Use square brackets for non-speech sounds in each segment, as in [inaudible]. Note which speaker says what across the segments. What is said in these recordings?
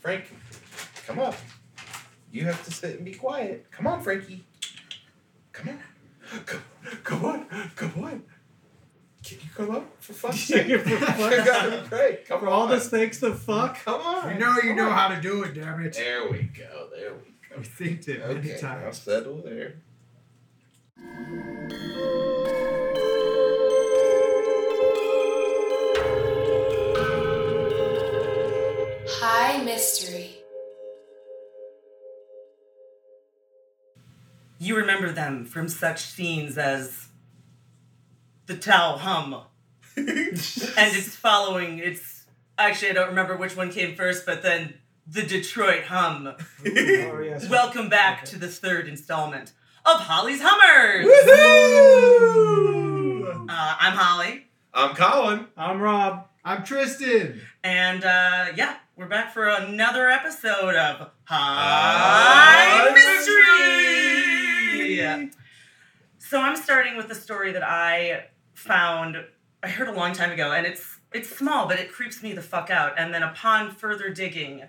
Speaker 1: Frank, come up. You have to sit and be quiet. Come on, Frankie. Come on. Come, come on. Come on. Can you come up for
Speaker 2: [laughs]
Speaker 1: fuck's sake?
Speaker 2: For fuck's
Speaker 1: I gotta pray. Come
Speaker 2: [laughs] For
Speaker 1: on.
Speaker 2: all this thanks to
Speaker 3: [laughs]
Speaker 2: fuck.
Speaker 1: Come on.
Speaker 4: You know you
Speaker 1: Come
Speaker 4: know
Speaker 1: on.
Speaker 4: how to do it, damn it.
Speaker 1: There we go. There we go.
Speaker 4: We think it many
Speaker 1: Okay, now
Speaker 4: times.
Speaker 1: settle there.
Speaker 5: High mystery.
Speaker 3: You remember them from such scenes as the Tau Hum and its following. It's actually I don't remember which one came first, but then the Detroit Hum.
Speaker 2: Oh, yes.
Speaker 3: Welcome back to the third installment of Holly's Hummers.
Speaker 1: Woohoo!
Speaker 3: Uh, I'm Holly,
Speaker 1: I'm Colin.
Speaker 2: I'm Rob.
Speaker 4: I'm Tristan.
Speaker 3: and uh, yeah, we're back for another episode of
Speaker 1: High
Speaker 3: High Mystery. Yeah. So I'm starting with a story that I found I heard a long time ago, and it's it's small, but it creeps me the fuck out. And then upon further digging,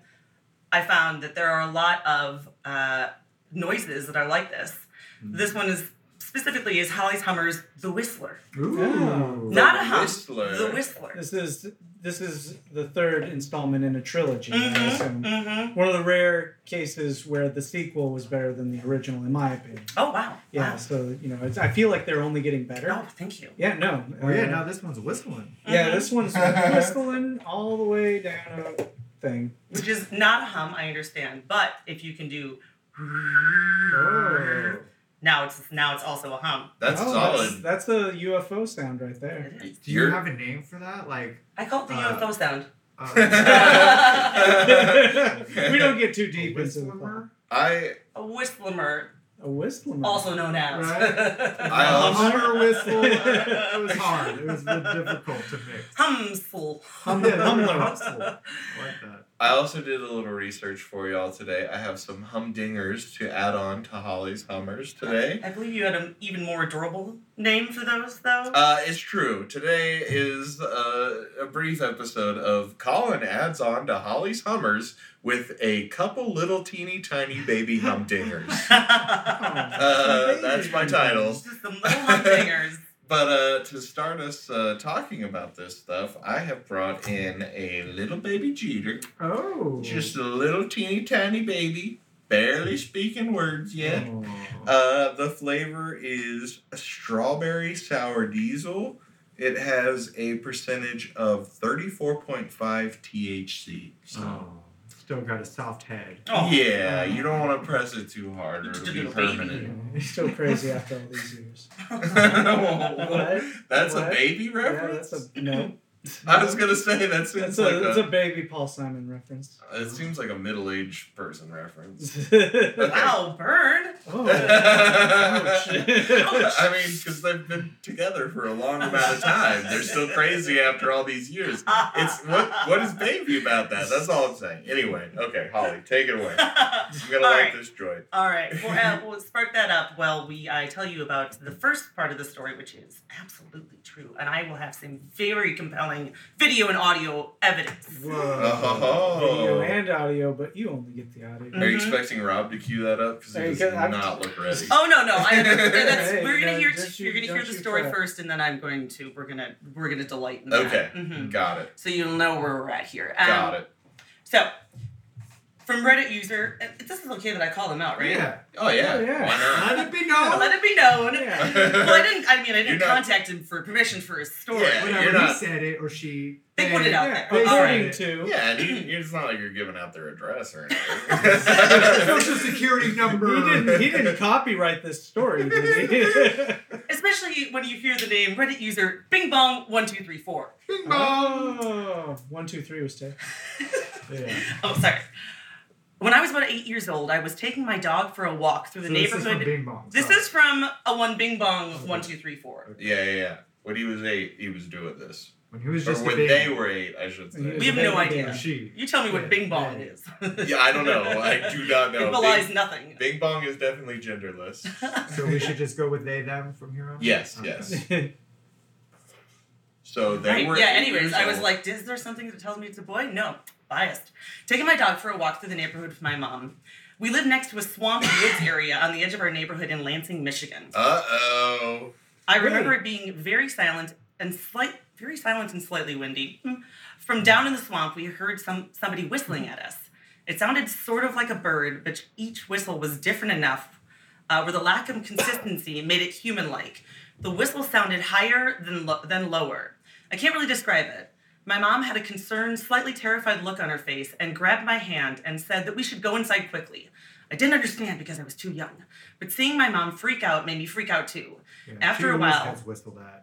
Speaker 3: I found that there are a lot of uh, noises that are like this. This one is specifically is Holly's Hummer's "The Whistler,"
Speaker 4: Ooh.
Speaker 2: Oh.
Speaker 3: not a hum,
Speaker 1: Whistler.
Speaker 3: the Whistler.
Speaker 2: This is this is the third installment in a trilogy. I
Speaker 3: Mm-hmm,
Speaker 2: assume.
Speaker 3: mm-hmm.
Speaker 2: One of the rare cases where the sequel was better than the original, in my opinion.
Speaker 3: Oh wow!
Speaker 2: Yeah,
Speaker 3: Wow.
Speaker 2: so you know, it's, I feel like they're only getting better.
Speaker 3: Oh, thank you.
Speaker 2: Yeah, no.
Speaker 4: Oh yeah,
Speaker 2: uh,
Speaker 4: now this one's whistling.
Speaker 2: yeah, this one's
Speaker 3: Mm-hmm.
Speaker 2: whistling all the way down a thing.
Speaker 3: Which is not a hum, I understand, but if you can do
Speaker 4: Oh.
Speaker 3: now, it's now it's also a hum.
Speaker 1: That's
Speaker 2: Oh,
Speaker 1: solid.
Speaker 2: That's, that's a UFO sound right
Speaker 1: [laughs]
Speaker 2: there. [laughs]
Speaker 3: It is.
Speaker 4: Do you
Speaker 1: You're-
Speaker 4: have a name for that? Like
Speaker 3: I call it the
Speaker 4: Uh,
Speaker 3: UFO sound.
Speaker 4: uh,
Speaker 1: [laughs]
Speaker 4: [laughs]
Speaker 2: we don't get too deep into the plot.
Speaker 4: whistler?
Speaker 1: I
Speaker 3: A whistler,
Speaker 2: A whistling.
Speaker 3: also known as. [laughs]
Speaker 1: I
Speaker 4: A
Speaker 1: also-
Speaker 4: Hummer whistle. It was hard. It was difficult to mix.
Speaker 3: Humsel.
Speaker 4: Hummer
Speaker 3: [laughs]
Speaker 4: whistle. I like that.
Speaker 1: I also did a little research for y'all today. I have some humdingers to add on to Holly's Hummers today.
Speaker 3: I believe you had an even more adorable name for those, though.
Speaker 1: Uh, it's true. Today is uh, a brief episode of Colin adds on to Holly's Hummers with a couple little teeny tiny baby
Speaker 3: [laughs]
Speaker 1: humdingers.
Speaker 2: Oh.
Speaker 1: Uh, that's my title.
Speaker 3: Just some little humdingers.
Speaker 1: But uh, to start us uh, talking about this stuff, I have brought in a little baby Jeter.
Speaker 4: Oh.
Speaker 1: Just a little teeny tiny baby, barely speaking words yet.
Speaker 4: Oh.
Speaker 1: Uh, the flavor is strawberry sour diesel. It has a percentage of 34.5 THC. So,
Speaker 4: Oh. Still got a soft head.
Speaker 3: Oh.
Speaker 1: [laughs] yeah, you don't want to press it too hard or it'll be
Speaker 3: Baby.
Speaker 1: permanent.
Speaker 2: He's still crazy after all these years.
Speaker 3: [laughs]
Speaker 2: What?
Speaker 1: That's a
Speaker 2: What?
Speaker 1: baby
Speaker 2: Yeah,
Speaker 1: reference?
Speaker 2: that's a no.
Speaker 1: I was going to say that seems
Speaker 2: That's
Speaker 1: like
Speaker 2: a, that's
Speaker 1: a,
Speaker 2: a baby Paul Simon reference. [laughs]
Speaker 1: it seems like a middle-aged person reference.
Speaker 3: [laughs]
Speaker 1: [laughs]
Speaker 3: Wow, Bird.
Speaker 2: oh, Ouch.
Speaker 1: I mean, because they've been together for a long amount of time. They're still crazy after all these years.
Speaker 3: [laughs]
Speaker 1: It's [laughs] what what is baby about that? That's all I'm saying. Anyway, okay, Holly, take it away. I'm gonna
Speaker 3: All
Speaker 1: light
Speaker 3: right.
Speaker 1: this joint.
Speaker 3: All right. Well, uh, we'll spark that up while we I tell you about the first part of the story, which is absolutely true, and I will have some very compelling video and audio evidence.
Speaker 1: [laughs] Oh.
Speaker 2: video and audio, but you only get the audio.
Speaker 1: Are you
Speaker 3: Mhm.
Speaker 1: expecting Rob to cue that up? Because he
Speaker 2: Hey,
Speaker 1: does
Speaker 2: 'cause I'm-
Speaker 1: not look ready.
Speaker 3: Oh no no!
Speaker 1: [laughs]
Speaker 3: I, that's,
Speaker 2: Hey,
Speaker 3: we're gonna
Speaker 2: no,
Speaker 3: hear
Speaker 2: don't you-
Speaker 3: you're gonna hear
Speaker 2: don't
Speaker 3: the
Speaker 2: you
Speaker 3: story
Speaker 2: fret.
Speaker 3: first, and then I'm going to we're gonna we're gonna delight in
Speaker 1: Okay,
Speaker 3: that. Mhm.
Speaker 1: got it.
Speaker 3: So you'll know where we're at here. Um,
Speaker 1: Got it.
Speaker 3: So from Reddit user, and this is okay that I call them out, right?
Speaker 4: [laughs] Yeah.
Speaker 1: Oh yeah.
Speaker 2: Oh, yeah.
Speaker 1: Why
Speaker 4: Let
Speaker 1: not?
Speaker 4: it
Speaker 1: [laughs]
Speaker 4: be known.
Speaker 3: Let it be known.
Speaker 2: Yeah.
Speaker 3: Well, I didn't. I mean, I
Speaker 1: You're
Speaker 3: didn't
Speaker 1: not-
Speaker 3: contact him for permission for his story.
Speaker 1: Yeah.
Speaker 4: Whatever
Speaker 1: You're
Speaker 4: he
Speaker 1: not-
Speaker 4: said it or she.
Speaker 3: They put it out
Speaker 2: Yeah,
Speaker 3: there. All
Speaker 2: according
Speaker 3: right.
Speaker 2: to
Speaker 1: yeah, and you, you- it's not like you're giving out their address or
Speaker 4: [laughs] Social
Speaker 1: anything.
Speaker 4: security number.
Speaker 2: he didn't he didn't copyright this story, did he?
Speaker 3: Especially when you hear the name Reddit user Bing Bong One Two Three Four.
Speaker 4: Bing bong.
Speaker 2: [laughs] oh, one, two, three was taken.
Speaker 4: Yeah.
Speaker 3: Oh, sorry. When I was about eight years old, I was taking my dog for a walk through the
Speaker 4: So this is
Speaker 3: neighborhood.
Speaker 4: from Bing Bong.
Speaker 3: This
Speaker 4: so-
Speaker 3: is from a one Bing Bong one two three four.
Speaker 1: yeah, yeah, yeah. When he was eight, he was doing this.
Speaker 4: when he was
Speaker 1: Or
Speaker 4: just a
Speaker 1: when
Speaker 4: baby.
Speaker 1: they were eight, I should
Speaker 2: He
Speaker 1: say.
Speaker 2: was
Speaker 3: We have
Speaker 2: a
Speaker 3: no
Speaker 2: baby
Speaker 3: idea.
Speaker 4: Or
Speaker 2: bear.
Speaker 4: she.
Speaker 3: You tell me
Speaker 4: Yeah,
Speaker 3: what Bing Bong
Speaker 4: yeah.
Speaker 3: it is. [laughs]
Speaker 1: Yeah, I don't know. I do not know.
Speaker 3: It belies
Speaker 1: Bing,
Speaker 3: [laughs] nothing.
Speaker 1: Bing Bong is definitely genderless.
Speaker 3: [laughs]
Speaker 4: So we should just go with they them from here on.
Speaker 1: Yes,
Speaker 4: Okay.
Speaker 1: yes. So they
Speaker 3: Right,
Speaker 1: were.
Speaker 3: yeah.
Speaker 1: eight
Speaker 3: Anyways,
Speaker 1: years
Speaker 3: I was
Speaker 1: old.
Speaker 3: like, is there something that tells me it's a boy? No. biased. Taking my dog for a walk through the neighborhood with my mom. We live next to a swamp woods area on the edge of our neighborhood in Lansing, Michigan.
Speaker 1: Uh
Speaker 2: [laughs]
Speaker 1: oh.
Speaker 3: I remember it being very silent and slight, very silent and slightly windy. Hmm. From down in the swamp, we heard some somebody whistling at us. It sounded sort of like a bird, but each whistle was different enough, uh, where the lack of consistency made it human-like. The whistle sounded higher than lo- than lower. I can't really describe it. My mom had a concerned, slightly terrified look on her face and grabbed my hand and said that we should go inside quickly. I didn't understand because I was too young, but seeing my mom freak out made me freak out too. [laughs] After a while,
Speaker 4: Gets whistled at.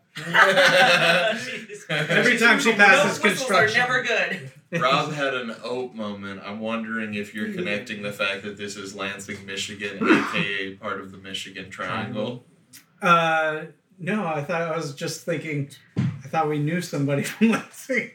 Speaker 3: Jesus.
Speaker 2: Every time she passes
Speaker 3: Those whistles are
Speaker 2: construction.
Speaker 3: never good.
Speaker 1: Rob had an oat moment. I'm wondering if you're connecting the fact that this is Lansing, Michigan, aka part of the Michigan Triangle.
Speaker 2: Uh, no, I thought I was just thinking. I thought we knew somebody [laughs] from Lansing.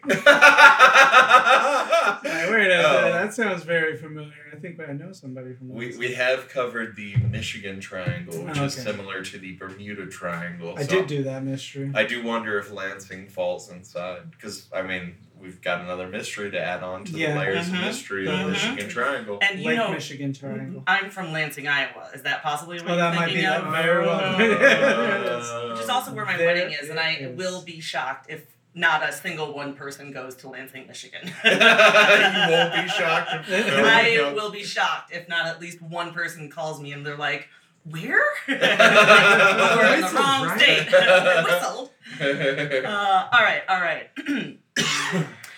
Speaker 2: Like, Wait, a-
Speaker 1: Oh.
Speaker 2: that sounds very familiar. I think I know somebody from
Speaker 1: We,
Speaker 2: Lansing.
Speaker 1: we have covered the Michigan Triangle, which is
Speaker 2: Okay.
Speaker 1: similar to the Bermuda Triangle.
Speaker 2: I
Speaker 1: so
Speaker 2: did do that mystery.
Speaker 1: I do wonder if Lansing falls inside, because I mean we've got another mystery to add on to
Speaker 2: Yeah. uh-huh,
Speaker 1: the layers
Speaker 3: Mhm.
Speaker 1: of mystery of
Speaker 3: Mhm.
Speaker 1: the Michigan Triangle.
Speaker 3: And you
Speaker 2: Lake
Speaker 3: know,
Speaker 2: Michigan Triangle.
Speaker 3: I'm from Lansing, Iowa. Is that possibly
Speaker 2: Oh,
Speaker 3: what you're
Speaker 2: that might be
Speaker 3: thinking
Speaker 2: that
Speaker 3: of?
Speaker 2: very well.
Speaker 3: Uh,
Speaker 1: Uh,
Speaker 3: [laughs] Which is also where my
Speaker 2: There
Speaker 3: wedding is, and I
Speaker 2: it is.
Speaker 3: will be shocked if not a single one person goes to Lansing, Michigan.
Speaker 1: [laughs] [laughs] you won't be shocked.
Speaker 3: [laughs]
Speaker 1: If no [laughs] one
Speaker 3: I
Speaker 1: comes.
Speaker 3: will be shocked if not at least one person calls me and they're like,
Speaker 1: [laughs]
Speaker 3: "Where? [laughs] We're in the
Speaker 1: Whistled,
Speaker 3: wrong
Speaker 4: right?
Speaker 3: state." [laughs] Whistled. Uh, all right, all right.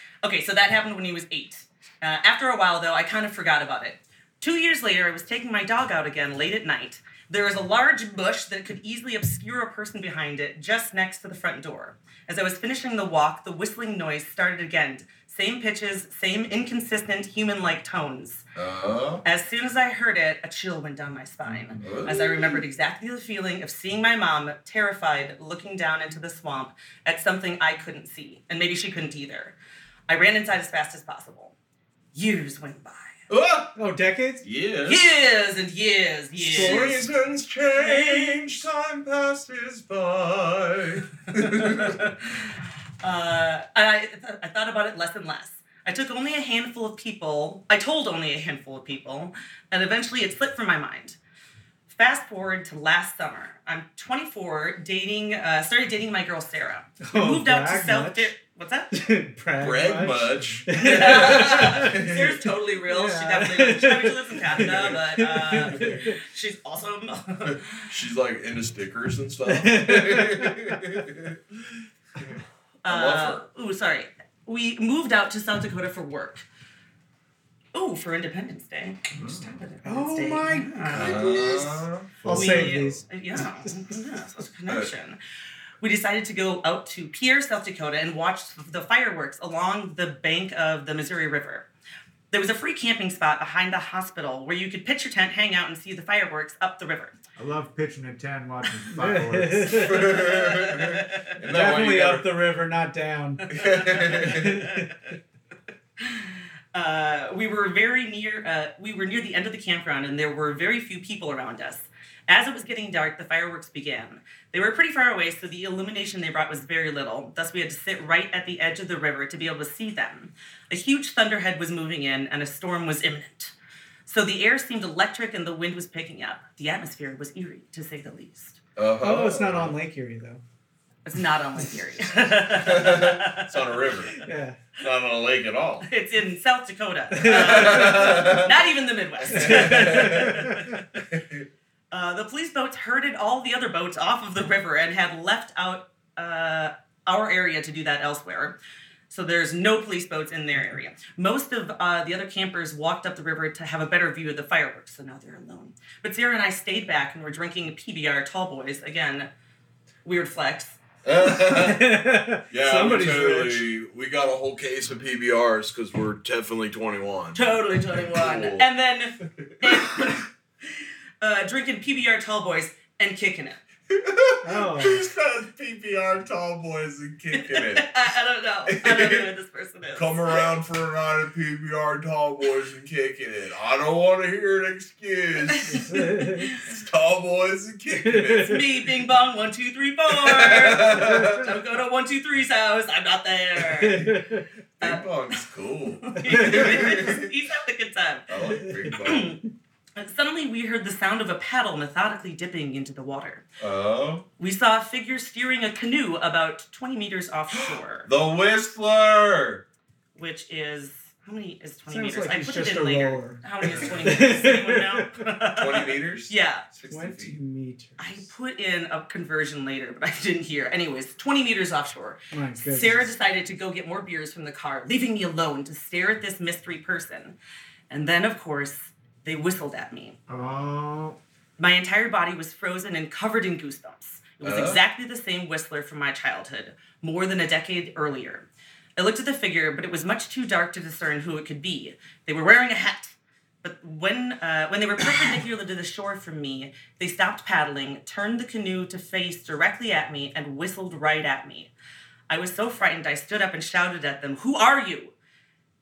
Speaker 3: [coughs] okay, so that happened when he was eight. Uh, after a while, though, I kind of forgot about it. Two years later, I was taking my dog out again late at night. There was a large bush that could easily obscure a person behind it just next to the front door. As I was finishing the walk, the whistling noise started again. Same pitches, same inconsistent human like tones.
Speaker 1: Oh.
Speaker 3: As soon as I heard it, a chill went down my spine as I remembered exactly the feeling of seeing my mom terrified looking down into the swamp at something I couldn't see, and maybe she couldn't either. I ran inside as fast as possible. Years went by.
Speaker 1: Oh,
Speaker 2: Oh, decades?
Speaker 1: yes.
Speaker 3: Years and years, years.
Speaker 1: Seasons change, time passes
Speaker 2: [laughs]
Speaker 1: by.
Speaker 3: Uh, and I, th- I thought about it less and less. I took only a handful of people, I told only a handful of people, and eventually it slipped from my mind. Fast forward to last summer. I'm 24, dating, uh, started dating my girl Sarah. We
Speaker 2: Oh,
Speaker 3: moved out to
Speaker 2: brag
Speaker 3: South.
Speaker 2: much.
Speaker 3: Dar- What's that?
Speaker 2: [laughs] Brag,
Speaker 1: Brag
Speaker 2: [laughs]
Speaker 1: much. [laughs]
Speaker 3: [laughs] Sarah's totally real. She
Speaker 2: Yeah.
Speaker 3: definitely lives, I mean, she lives in Canada, but uh, she's awesome. [laughs]
Speaker 1: She's like into stickers and stuff. I love
Speaker 3: uh, ooh, sorry. We moved out to South Dakota for work. Ooh, for Independence Day. We just talked about Independence
Speaker 2: Oh
Speaker 3: Day.
Speaker 2: my
Speaker 3: Yeah.
Speaker 2: Goodness.
Speaker 1: Uh,
Speaker 2: I'll
Speaker 3: We- uh,
Speaker 2: save
Speaker 3: [laughs]
Speaker 2: these.
Speaker 3: Yeah, yeah, such a connection. We decided to go out to Pierre, South Dakota, and watch the fireworks along the bank of the Missouri River. There was a free camping spot behind the hospital where you could pitch your tent, hang out, and see the fireworks up the river.
Speaker 4: I love pitching a ten, watching
Speaker 3: [laughs]
Speaker 2: [laughs]
Speaker 4: fireworks.
Speaker 1: [laughs] isn't that why you
Speaker 2: Definitely
Speaker 1: gotta-
Speaker 2: up the river, not down.
Speaker 3: [laughs]
Speaker 1: [laughs]
Speaker 3: Uh, we were very near. Uh, we were near the end of the campground, and there were very few people around us. As it was getting dark, the fireworks began. They were pretty far away, so the illumination they brought was very little. Thus, we had to sit right at the edge of the river to be able to see them. A huge thunderhead was moving in, and a storm was imminent. So the air seemed electric, and the wind was picking up. The atmosphere was eerie, to say the least.
Speaker 1: Uh-huh.
Speaker 2: Oh, it's not on Lake Erie, though.
Speaker 3: It's not on Lake Erie.
Speaker 1: It's
Speaker 3: [laughs]
Speaker 1: on a river.
Speaker 2: Yeah.
Speaker 1: Not on a lake at
Speaker 2: [laughs]
Speaker 1: all. [laughs]
Speaker 3: it's in South Dakota. Uh, not even the Midwest. [laughs] uh, the police boats herded all the other boats off of the river and had left out uh, our area to do that elsewhere. So there's no police boats in their area. Most of uh, the other campers walked up the river to have a better view of the fireworks, so now they're alone. But Sarah and I stayed back and were drinking PBR Tall Boys. Again, weird flex.
Speaker 2: [laughs]
Speaker 1: yeah,
Speaker 2: Somebody's
Speaker 1: we
Speaker 2: rich.
Speaker 1: totally, we got a whole case of PBRs because we're definitely [laughs] 21.
Speaker 3: Totally 21.
Speaker 1: Cool.
Speaker 3: [laughs] And then [coughs] uh, drinking PBR tall boys and kicking it.
Speaker 2: Oh.
Speaker 1: Who says PBR tall boys and kicking
Speaker 3: I,
Speaker 1: it?
Speaker 3: [laughs] I don't know. I don't know who this person is.
Speaker 1: Come around for a night of PBR tall boys and kicking it. I don't want to hear an excuse.
Speaker 3: [laughs]
Speaker 1: It's tall boys and kicking
Speaker 2: [laughs]
Speaker 3: It's
Speaker 1: it.
Speaker 3: me, Bing Bong, one, two, three, four. Don't go to one, two, three's house. I'm not there. [laughs]
Speaker 1: Ping pong's
Speaker 2: [laughs]
Speaker 1: cool.
Speaker 3: He's having a good time.
Speaker 1: I like ping pong.
Speaker 3: And suddenly, we heard the sound of a paddle methodically dipping into the water.
Speaker 1: Oh,
Speaker 3: We saw a figure steering a canoe about 20 meters offshore,
Speaker 1: the Whistler.
Speaker 3: which is how many is 20
Speaker 2: Sounds
Speaker 3: meters?
Speaker 2: like
Speaker 3: I
Speaker 2: he's
Speaker 3: put
Speaker 2: just
Speaker 3: it
Speaker 2: a
Speaker 3: in later.
Speaker 2: roller.
Speaker 3: How many is 20 meters? Anyone
Speaker 2: [laughs]
Speaker 3: know?
Speaker 1: Twenty meters.
Speaker 3: yeah.
Speaker 1: Sixty
Speaker 2: Twenty
Speaker 1: feet.
Speaker 2: meters.
Speaker 3: I put in a conversion later, but I didn't hear. Anyways, 20 meters offshore.
Speaker 2: My goodness.
Speaker 3: Sarah decided to go get more beers from the car, leaving me alone to stare at this mystery person. And then, of course, they whistled at me.
Speaker 4: Oh,
Speaker 3: My entire body was frozen and covered in goosebumps. It was
Speaker 1: Uh?
Speaker 3: exactly the same whistler from my childhood, more than a decade earlier. I looked at the figure, but it was much too dark to discern who it could be. They were wearing a hat. But when, uh, when they were perpendicular to the shore from me, they stopped paddling, turned the canoe to face directly at me, and whistled right at me. I was so frightened, I stood up and shouted at them, Who are you?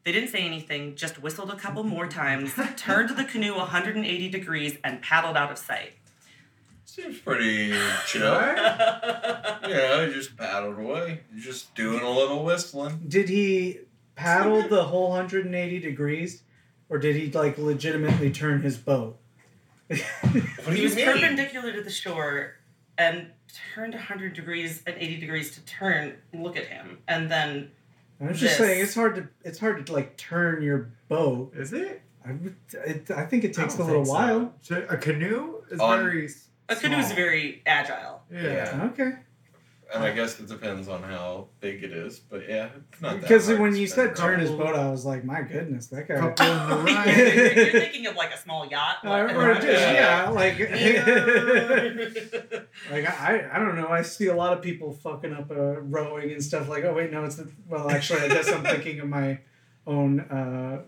Speaker 3: They didn't say anything, just whistled a couple more times, turned the canoe 180 degrees, and paddled out of sight.
Speaker 1: Seems pretty chill. yeah, you just paddled away. You're just doing a little whistling.
Speaker 2: Did he paddle the whole 180 degrees, or did he like legitimately turn his boat? [laughs]
Speaker 1: What do
Speaker 3: He
Speaker 1: you
Speaker 3: was
Speaker 1: mean?
Speaker 3: perpendicular to the shore and turned 100 degrees and 80 degrees to turn and look at him. And then,
Speaker 2: I'm just
Speaker 3: This.
Speaker 2: saying it's hard to it's hard to like turn your boat.
Speaker 4: is it?
Speaker 2: I, would, it, I think it
Speaker 4: I
Speaker 2: takes a
Speaker 4: don't
Speaker 2: little
Speaker 4: think so.
Speaker 2: while.
Speaker 4: So A canoe is
Speaker 1: On-
Speaker 4: very. s-
Speaker 3: a canoe is
Speaker 4: small.
Speaker 3: very agile.
Speaker 1: Yeah.
Speaker 4: Yeah.
Speaker 2: Okay.
Speaker 1: And I guess it depends on how big it is, but yeah, it's not that
Speaker 2: Because
Speaker 1: hard
Speaker 2: when
Speaker 1: to
Speaker 2: you
Speaker 1: spin
Speaker 2: said
Speaker 1: around.
Speaker 2: turn his boat, I was like, my goodness, that guy.
Speaker 4: Couple in the
Speaker 3: [laughs] you're,
Speaker 4: right.
Speaker 3: you're thinking of like a small yacht.
Speaker 2: [laughs] Or,
Speaker 3: like-
Speaker 2: or just, yeah, like,
Speaker 3: [laughs] Yeah.
Speaker 2: like I, I don't know. I see a lot of people fucking up uh, rowing and stuff. Like, oh wait, no, it's the, well, actually, I guess
Speaker 1: [laughs]
Speaker 2: I'm thinking of my own uh,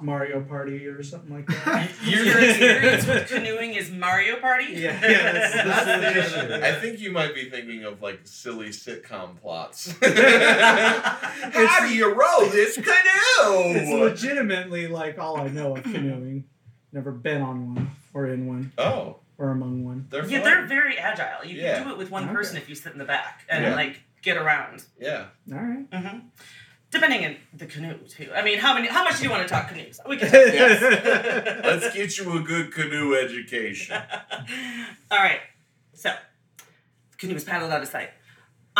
Speaker 2: Mario Party or something like
Speaker 1: [laughs]
Speaker 2: that.
Speaker 3: Your experience with canoeing is Mario Party? [laughs]
Speaker 2: Yeah, yeah, that's-
Speaker 4: that's the issue.
Speaker 1: I think you might be thinking of like silly sitcom
Speaker 2: [laughs]
Speaker 1: plots. [laughs]
Speaker 2: It's-
Speaker 1: How do you row this
Speaker 2: it's
Speaker 1: canoe?
Speaker 2: legitimately like all I know of canoeing. Never been on one or in one
Speaker 1: Oh,
Speaker 2: or among one.
Speaker 1: they're
Speaker 3: Yeah,
Speaker 1: fun.
Speaker 3: they're very agile. You
Speaker 1: Yeah.
Speaker 3: can do it with one
Speaker 2: Okay.
Speaker 3: person if you sit in the back and
Speaker 1: Yeah.
Speaker 3: like get around.
Speaker 1: yeah.
Speaker 2: All right.
Speaker 3: hmm Depending on the canoe too. I mean, how many? How much do you want to talk canoes? We can. Talk yes.
Speaker 1: [laughs] Let's get you a good canoe education.
Speaker 3: [laughs] All right. So, canoe was paddled out of sight.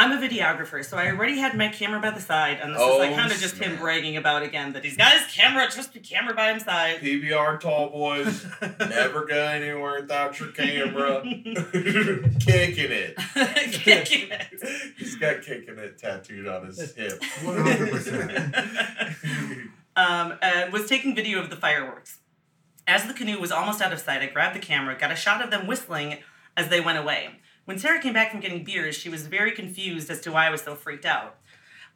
Speaker 3: I'm a videographer, so I already had my camera by the side, and this is like
Speaker 1: Oh,
Speaker 3: kind of just him
Speaker 1: snap.
Speaker 3: bragging about again that he's got his camera, just a camera by his side.
Speaker 1: PBR tall boys [laughs] never go anywhere without your
Speaker 3: [laughs]
Speaker 1: camera. [laughs] kicking it.
Speaker 3: Kicking it.
Speaker 1: He's got kicking it tattooed on his
Speaker 2: [laughs]
Speaker 1: hip.
Speaker 4: 100%.
Speaker 3: [laughs] um, and was taking video of the fireworks. As the canoe was almost out of sight, I grabbed the camera, got a shot of them whistling as they went away. When Sarah came back from getting beers, she was very confused as to why I was so freaked out.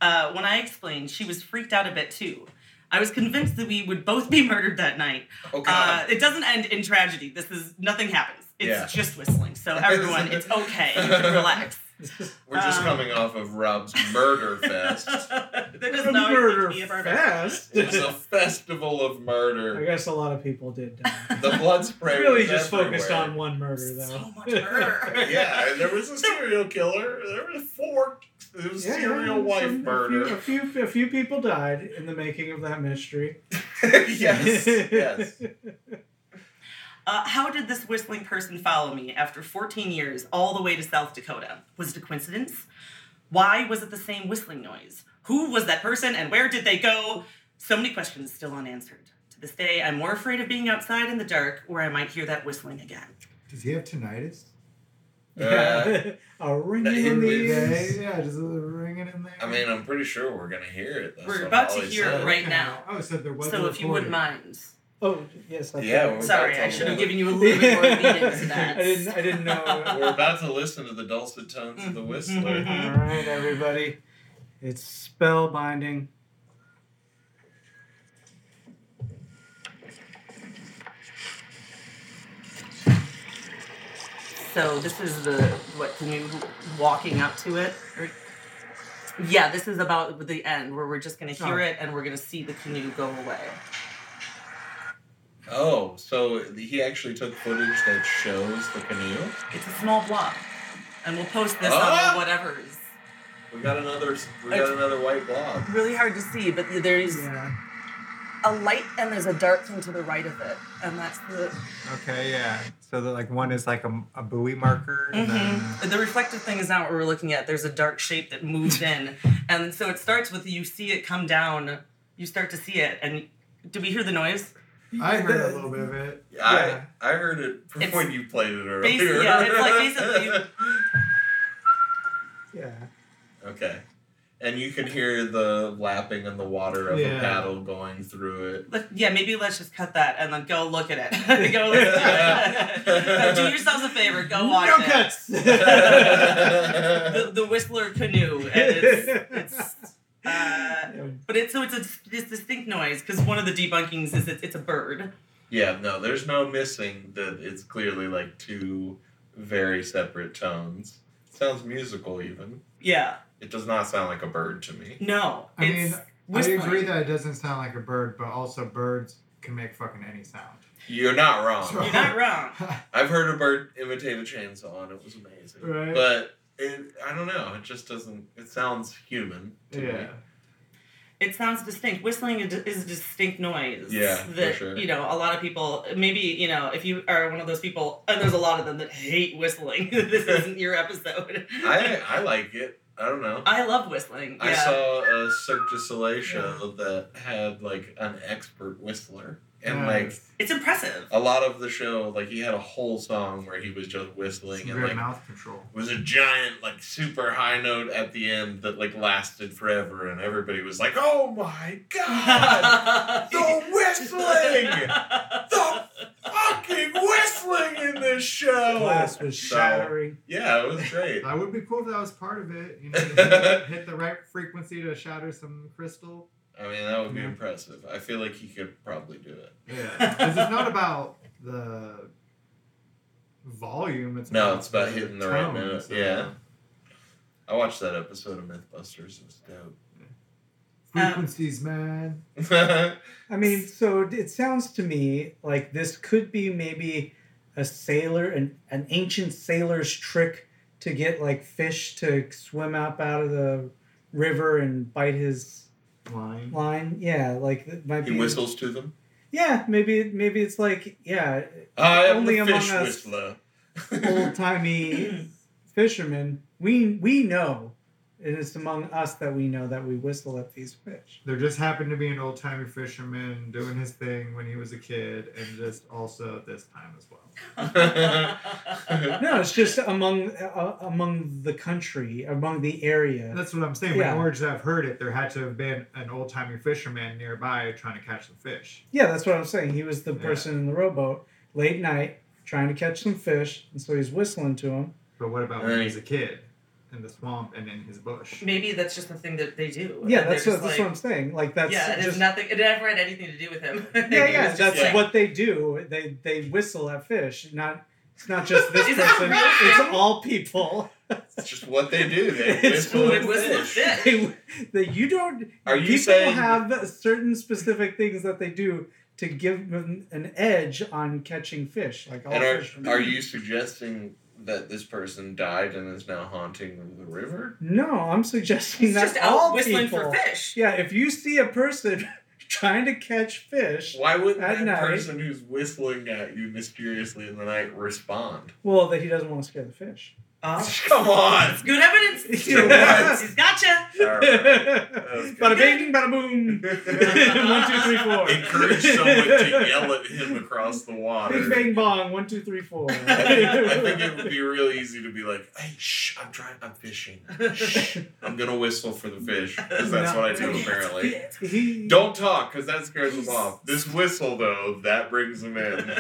Speaker 3: Uh, when I explained, she was freaked out a bit too. I was convinced that we would both be [laughs] murdered that night.
Speaker 1: Oh
Speaker 3: Uh,
Speaker 1: god.
Speaker 3: it doesn't end in tragedy. This is nothing happens. It's
Speaker 1: Yeah.
Speaker 3: just whistling.
Speaker 1: [laughs]
Speaker 3: So everyone, it's okay. You can relax.
Speaker 1: We're just
Speaker 3: um,
Speaker 1: coming off of Rob's murder fest.
Speaker 3: [laughs] there doesn't always need to
Speaker 2: Murder
Speaker 3: be a murder.
Speaker 2: fast.
Speaker 1: It's a festival of
Speaker 2: [laughs] I
Speaker 1: murder.
Speaker 2: guess a lot of people did
Speaker 1: [laughs]
Speaker 2: die.
Speaker 1: The blood spray
Speaker 2: really
Speaker 1: was
Speaker 2: just focused
Speaker 1: everywhere.
Speaker 2: on one murder though.
Speaker 3: So much murder.
Speaker 1: Yeah, and there was a serial killer. There was four. There was
Speaker 2: Yeah,
Speaker 1: serial
Speaker 2: some-
Speaker 1: wife
Speaker 2: A
Speaker 1: [laughs]
Speaker 2: few,
Speaker 1: murder.
Speaker 2: a few, a few people died in the making of that mystery.
Speaker 1: yes, yes.
Speaker 3: [laughs] Uh, how did this whistling person follow me after 14 years all the way to South Dakota? Was it a coincidence? Why was it the same whistling noise? Who was that person and where did they go? So many questions still unanswered. To this day, I'm more afraid of being outside in the dark where I might hear that whistling again.
Speaker 4: Does he have tinnitus?
Speaker 1: Uh,
Speaker 2: [laughs] a ring
Speaker 1: that
Speaker 2: in the
Speaker 1: in
Speaker 4: Yeah,
Speaker 1: with-
Speaker 2: ears.
Speaker 4: yeah, just ringing in there.
Speaker 1: I mean, I'm pretty sure we're gonna hear it. That's
Speaker 3: We're
Speaker 1: what
Speaker 3: about to
Speaker 1: Holly
Speaker 3: hear it
Speaker 1: said.
Speaker 3: right now.
Speaker 4: Oh, so there was.
Speaker 3: so
Speaker 4: a
Speaker 3: if you wouldn't
Speaker 4: recording.
Speaker 3: mind.
Speaker 2: Oh yes, I
Speaker 1: Yeah,
Speaker 2: think-
Speaker 1: we're
Speaker 3: Sorry,
Speaker 1: about
Speaker 3: I
Speaker 1: to
Speaker 3: should have
Speaker 1: look.
Speaker 3: given you a little bit more
Speaker 2: [laughs]
Speaker 3: meaning to that.
Speaker 2: I didn't. I didn't know.
Speaker 1: We're about to listen to the dulcet tones of the whistler.
Speaker 3: Mhm.
Speaker 2: All right, everybody, it's spellbinding.
Speaker 3: So this is the what can you walking up to it? Or, yeah, this is about the end where we're just gonna hear
Speaker 2: Oh.
Speaker 3: it and we're gonna see the canoe go away.
Speaker 1: Oh, so he actually took footage that shows the canoe.
Speaker 3: It's a small block, and we'll post this
Speaker 1: Ah!
Speaker 3: on the whatever's.
Speaker 1: We got another. We got another white blob.
Speaker 3: Really hard to see, but there's
Speaker 2: Yeah.
Speaker 3: a light and there's a dark thing to the right of it, and that's the
Speaker 4: Okay, yeah. So that like one is like a, a buoy marker.
Speaker 3: Mm-hmm.
Speaker 4: And then,
Speaker 3: The reflective thing is not what we're looking at. There's a dark shape that [laughs] moves in. And so it starts with you see it come down, you start to see it. And do we hear the noise?
Speaker 4: [laughs] I heard a little bit of it.
Speaker 1: I I heard it from
Speaker 3: It's
Speaker 1: when you played it earlier.
Speaker 3: basi- yeah, it's
Speaker 1: [laughs]
Speaker 3: like
Speaker 4: Yeah.
Speaker 1: okay, and you can hear the lapping and the water of a
Speaker 4: Yeah.
Speaker 1: paddle going through it.
Speaker 3: Let- yeah, maybe let's just cut that and then go look at it. [laughs] go listen to it. do yourselves a favor, go watch
Speaker 4: no
Speaker 3: it.
Speaker 4: cuts.
Speaker 3: The, the Whistler Canoe. And it's, it's uh, but it's so it's a it's distinct noise because one of the debunkings is that it's a bird.
Speaker 1: yeah, no, there's no missing that it's clearly like two very separate tones. sounds musical even.
Speaker 3: Yeah.
Speaker 1: It does not sound like a bird to me.
Speaker 3: No.
Speaker 4: I mean,
Speaker 3: it's
Speaker 4: I
Speaker 3: whistling.
Speaker 4: agree that it doesn't sound like a bird, but also birds can make fucking any sound. [laughs]
Speaker 1: You're not wrong.
Speaker 4: Sure.
Speaker 3: You're not wrong.
Speaker 1: I've heard a bird imitate a chainsaw and it was amazing.
Speaker 4: Right.
Speaker 1: But it, I don't know. It just doesn't. It sounds human. To
Speaker 4: yeah.
Speaker 1: Me.
Speaker 3: It sounds distinct. Whistling is is a distinct noise.
Speaker 1: Yeah, for
Speaker 3: that
Speaker 1: sure.
Speaker 3: you know a lot of people. Maybe you know if you are one of those people, and there's a lot of them that hate whistling. [laughs] this isn't your episode.
Speaker 1: I I like it. I don't know.
Speaker 3: [laughs] I love whistling.
Speaker 1: I
Speaker 3: yeah.
Speaker 1: saw a Cirque du Soleil show that had like an expert whistler, and like
Speaker 4: Nice.
Speaker 3: it's impressive. [laughs]
Speaker 1: a lot of the show, like he had a whole song where he was just whistling
Speaker 4: Some
Speaker 1: and
Speaker 4: good
Speaker 1: like
Speaker 4: mouth control.
Speaker 1: was a giant like super high note at the end that like lasted forever, and everybody was like, "Oh my god!"
Speaker 3: [laughs]
Speaker 1: The whistling! the fucking whistling in this show.
Speaker 2: Glass was
Speaker 1: So,
Speaker 2: shattering.
Speaker 1: yeah, it was great.
Speaker 4: That would be cool if that was part of it. You know, you
Speaker 1: [laughs]
Speaker 4: hit, hit the right frequency to shatter some crystal.
Speaker 1: I mean, that would be
Speaker 4: Yeah.
Speaker 1: impressive. I feel like he could probably do it.
Speaker 4: Yeah. [laughs] Because it's not about the volume. It's
Speaker 1: No,
Speaker 4: about
Speaker 1: it's about
Speaker 4: the
Speaker 1: hitting the right
Speaker 4: tone,
Speaker 1: note,
Speaker 4: so-
Speaker 1: yeah. I watched that episode of MythBusters. It was
Speaker 4: Frequencies, man.
Speaker 1: dope. [laughs]
Speaker 2: I mean, so it sounds to me like this could be maybe a sailor, an, an ancient sailor's trick to get like fish to swim up out of the river and bite his
Speaker 4: Line.
Speaker 2: line. Yeah, like it might
Speaker 1: he
Speaker 2: be.
Speaker 1: whistles to them.
Speaker 2: Yeah, maybe maybe it's like yeah,
Speaker 1: I am
Speaker 2: Only
Speaker 1: the
Speaker 2: among
Speaker 1: fish
Speaker 2: us.
Speaker 1: whistler. [laughs]
Speaker 2: old
Speaker 3: [clears throat]
Speaker 2: timey fishermen. We we know, and it's among us that we know that we whistle at these fish.
Speaker 4: There just happened to be an old timey fisherman doing his thing when he was a kid, and just also this time as well.
Speaker 2: No, it's just among uh, among the country, among the area.
Speaker 4: That's what I'm saying.
Speaker 2: Yeah.
Speaker 4: When Orange I've heard it, there had to have been an old timey fisherman nearby trying to catch some fish.
Speaker 2: Yeah, that's what I'm saying. He was the
Speaker 4: Yeah.
Speaker 2: person in the rowboat late night trying to catch some fish, and so he's whistling to him.
Speaker 4: But what about when he
Speaker 1: Right.
Speaker 4: was a kid in the swamp and in
Speaker 1: [laughs]
Speaker 4: his bush?
Speaker 3: Maybe that's just the thing that they do.
Speaker 2: Yeah,
Speaker 3: And
Speaker 2: that's
Speaker 3: they're
Speaker 2: what,
Speaker 3: just
Speaker 2: that's
Speaker 3: like-
Speaker 2: what I'm saying. Like that's
Speaker 3: yeah, it is
Speaker 2: just
Speaker 3: nothing. It never had anything to do with him. [laughs]
Speaker 2: yeah,
Speaker 3: It was
Speaker 2: yeah.
Speaker 3: just
Speaker 2: That's
Speaker 3: like-
Speaker 2: what they do. They they whistle at fish. Not it's not just this
Speaker 3: [laughs] Is that
Speaker 2: person.
Speaker 3: right?
Speaker 2: It's all people.
Speaker 1: It's just what they do. They
Speaker 2: It's
Speaker 1: whistle
Speaker 3: They
Speaker 1: at
Speaker 3: whistle at
Speaker 1: fish.
Speaker 3: fish.
Speaker 2: [laughs] They, they you don't.
Speaker 1: Are you
Speaker 2: people
Speaker 1: saying-
Speaker 2: have certain specific things that they do to give them an edge on catching fish? Like all
Speaker 1: And
Speaker 2: fishermen.
Speaker 1: are, are you suggesting that this person died and is now haunting the river?
Speaker 2: No, I'm suggesting
Speaker 3: He's
Speaker 2: that
Speaker 3: just
Speaker 2: all
Speaker 3: out whistling
Speaker 2: people.
Speaker 3: for fish.
Speaker 2: Yeah, if you see a person [laughs] trying to catch fish,
Speaker 1: Why wouldn't
Speaker 2: At
Speaker 1: that
Speaker 2: night.
Speaker 1: person who's whistling at you mysteriously in the night respond?
Speaker 2: well, that he doesn't want to scare the fish.
Speaker 3: Oh.
Speaker 1: [laughs] Come on! [laughs]
Speaker 3: Good evidence.
Speaker 1: Yeah.
Speaker 3: He's gotcha.
Speaker 1: Alright. was
Speaker 2: bada bing, bada boom. one, two, three, four.
Speaker 1: Encourage someone to
Speaker 2: [laughs]
Speaker 1: yell at him across the water.
Speaker 2: Bing, bang, bong. One, two, three, four.
Speaker 1: I think, I think it would be real easy to be like, "Hey, shh! I'm trying. I'm fishing. Shh! I'm gonna whistle for the fish because that's
Speaker 2: No.
Speaker 1: what I do apparently.
Speaker 2: He-
Speaker 1: Don't talk because that scares them off. This whistle though, that brings them in.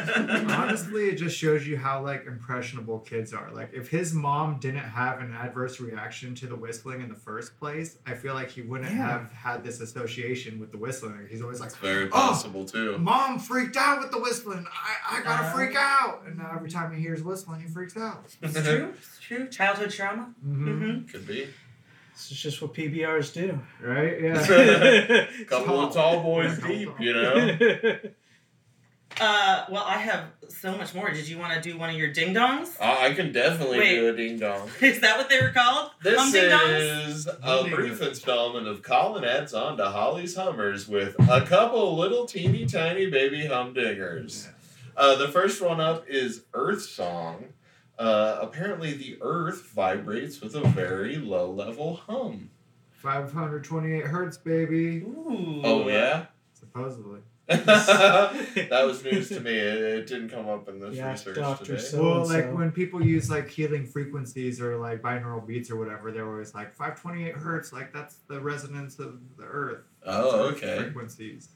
Speaker 4: Honestly, it just shows you how like impressionable kids are. Like if his mom didn't have an adverse reaction to the whistling in the first place, I feel like he wouldn't
Speaker 2: Yeah.
Speaker 4: have had this association with the whistling. He's always like,
Speaker 1: It's very
Speaker 3: Ah.
Speaker 4: "Oh,
Speaker 1: possible too.
Speaker 4: mom freaked out with the whistling. I, I gotta
Speaker 3: Uh-huh.
Speaker 4: freak out." And now every time he hears whistling, he freaks out.
Speaker 3: It's true. It's true. Childhood trauma.
Speaker 4: hmm
Speaker 3: Mm-hmm.
Speaker 1: [laughs] Could be.
Speaker 2: This is just what PBRs
Speaker 1: [laughs]
Speaker 2: do.
Speaker 4: Right? Yeah.
Speaker 3: [laughs]
Speaker 1: Couple of tall boys deep, you know.
Speaker 3: Uh, well, I have so much more. Did you want to do one of your ding dongs?
Speaker 1: I I can definitely
Speaker 3: Wait.
Speaker 1: do a ding dong.
Speaker 3: [laughs] Is that what they were called?
Speaker 1: This
Speaker 3: Hum ding dongs?
Speaker 1: is a
Speaker 4: Hum ding
Speaker 1: brief
Speaker 4: dongs.
Speaker 1: installment of Colin adds on to Holly's Hummers with a couple little teeny tiny baby
Speaker 4: [laughs]
Speaker 1: humdingers. Uh, the first one up is Earth Song. Uh, apparently, the Earth vibrates with a very low level hum.
Speaker 4: 528 hertz, baby.
Speaker 3: Ooh.
Speaker 1: Oh, yeah?
Speaker 4: Supposedly.
Speaker 1: [laughs] that was news to me. It, it didn't come up in this
Speaker 2: Yeah,
Speaker 1: research
Speaker 2: Dr.
Speaker 1: today.
Speaker 2: So
Speaker 4: well,
Speaker 2: and
Speaker 4: like
Speaker 2: so.
Speaker 4: when people use like healing frequencies or like binaural beats or whatever, they're always like 528 hertz. Like that's the resonance of the Earth.
Speaker 1: Oh,
Speaker 4: Earth
Speaker 1: okay.
Speaker 4: Frequencies.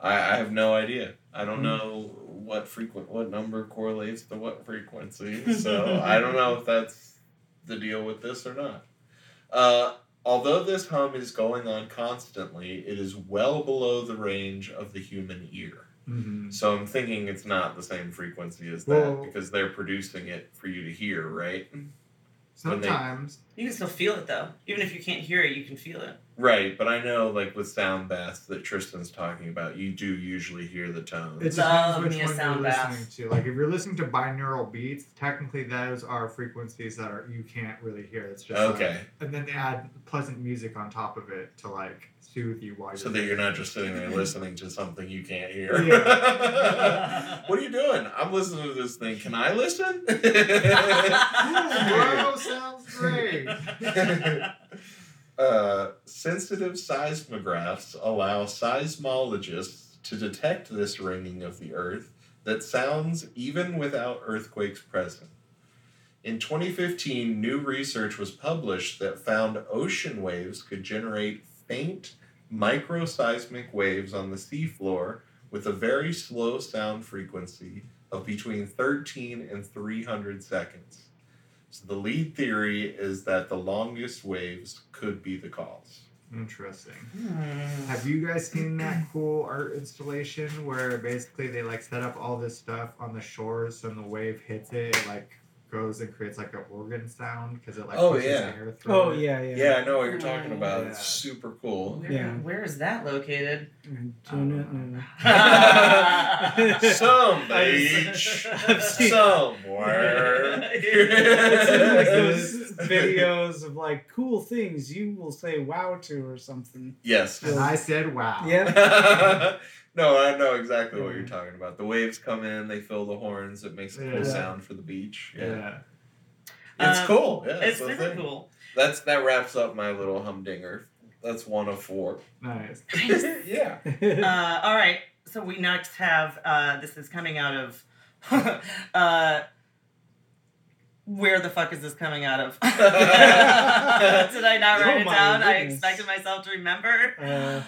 Speaker 1: I, I have no idea. I don't know what frequent what number correlates to what frequency, so I don't know if that's the deal with this or not. Uh, although this hum is going on constantly, it is well below the range of the human ear.
Speaker 4: Mm-hmm.
Speaker 1: So I'm thinking it's not the same frequency as that
Speaker 4: Well-
Speaker 1: because they're producing it for you to hear, right? When they-
Speaker 4: Sometimes.
Speaker 3: You can still feel it though. Even if you can't hear it, you can feel [laughs] it.
Speaker 1: Right, but I know like with sound baths that Tristan's talking about, you do usually hear the tone.
Speaker 4: It depends
Speaker 3: Love
Speaker 4: which
Speaker 3: me a
Speaker 4: one
Speaker 3: sound
Speaker 4: you're
Speaker 3: bath.
Speaker 4: listening to. Like if you're listening to binaural beats, technically those are frequencies that are you can't really hear. It's just like-
Speaker 1: okay.
Speaker 4: and then they add pleasant music on top of it to like soothe you while
Speaker 1: So
Speaker 4: you're
Speaker 1: that [laughs] you're not just sitting there listening to something you can't hear. [laughs] what are you doing? I'm listening to this thing. Can I listen? [laughs]
Speaker 4: Wow, sounds great.
Speaker 1: [laughs] uh, sensitive seismographs allow seismologists to detect this ringing of the earth that sounds even without earthquakes present. In 2015, new research was published that found ocean waves could generate faint microseismic waves on the seafloor with a very slow sound frequency of between 13 and 300 seconds. So the lead theory is that the longest waves could be the cause.
Speaker 4: Interesting.
Speaker 3: Hmm.
Speaker 4: Have you guys seen that cool art installation where basically they like set up all this stuff on the shores and the wave hits it, it like goes and creates like an organ sound because it like
Speaker 1: Oh,
Speaker 4: pushes
Speaker 1: yeah.
Speaker 4: air
Speaker 2: [laughs]
Speaker 4: through.
Speaker 2: Oh
Speaker 4: it?
Speaker 2: yeah, yeah.
Speaker 1: Yeah, I know what you're talking about.
Speaker 4: Yeah.
Speaker 1: It's super
Speaker 3: [laughs]
Speaker 1: cool.
Speaker 3: Where,
Speaker 2: Yeah.
Speaker 3: where is that [laughs] located?
Speaker 2: I don't know.
Speaker 1: Some
Speaker 3: I was-
Speaker 1: beach,
Speaker 3: [laughs] I've seen-
Speaker 1: somewhere.
Speaker 2: It's like
Speaker 1: yes.
Speaker 2: those [laughs] videos of like cool things you will say wow to or [laughs] something.
Speaker 4: And I said, wow.
Speaker 2: Yeah.
Speaker 1: no, I know exactly what you're talking about. The waves come in, they fill the horns. It makes a cool
Speaker 4: Yeah.
Speaker 1: sound for the beach. Yeah,
Speaker 4: Yeah.
Speaker 1: it's
Speaker 3: Um,
Speaker 1: cool. Yeah,
Speaker 3: it's
Speaker 1: the
Speaker 3: very
Speaker 1: thing.
Speaker 3: cool.
Speaker 1: That's that wraps up my little humdinger. That's one of four.
Speaker 4: Nice.
Speaker 1: [laughs] yeah.
Speaker 3: Uh, all right. So we next have uh, this is coming out of. [laughs] uh, where the fuck is this coming out of? [laughs] Did I not
Speaker 2: [laughs] Oh
Speaker 3: write it
Speaker 2: my
Speaker 3: down? I
Speaker 2: goodness.
Speaker 3: expected myself to remember.
Speaker 2: Uh,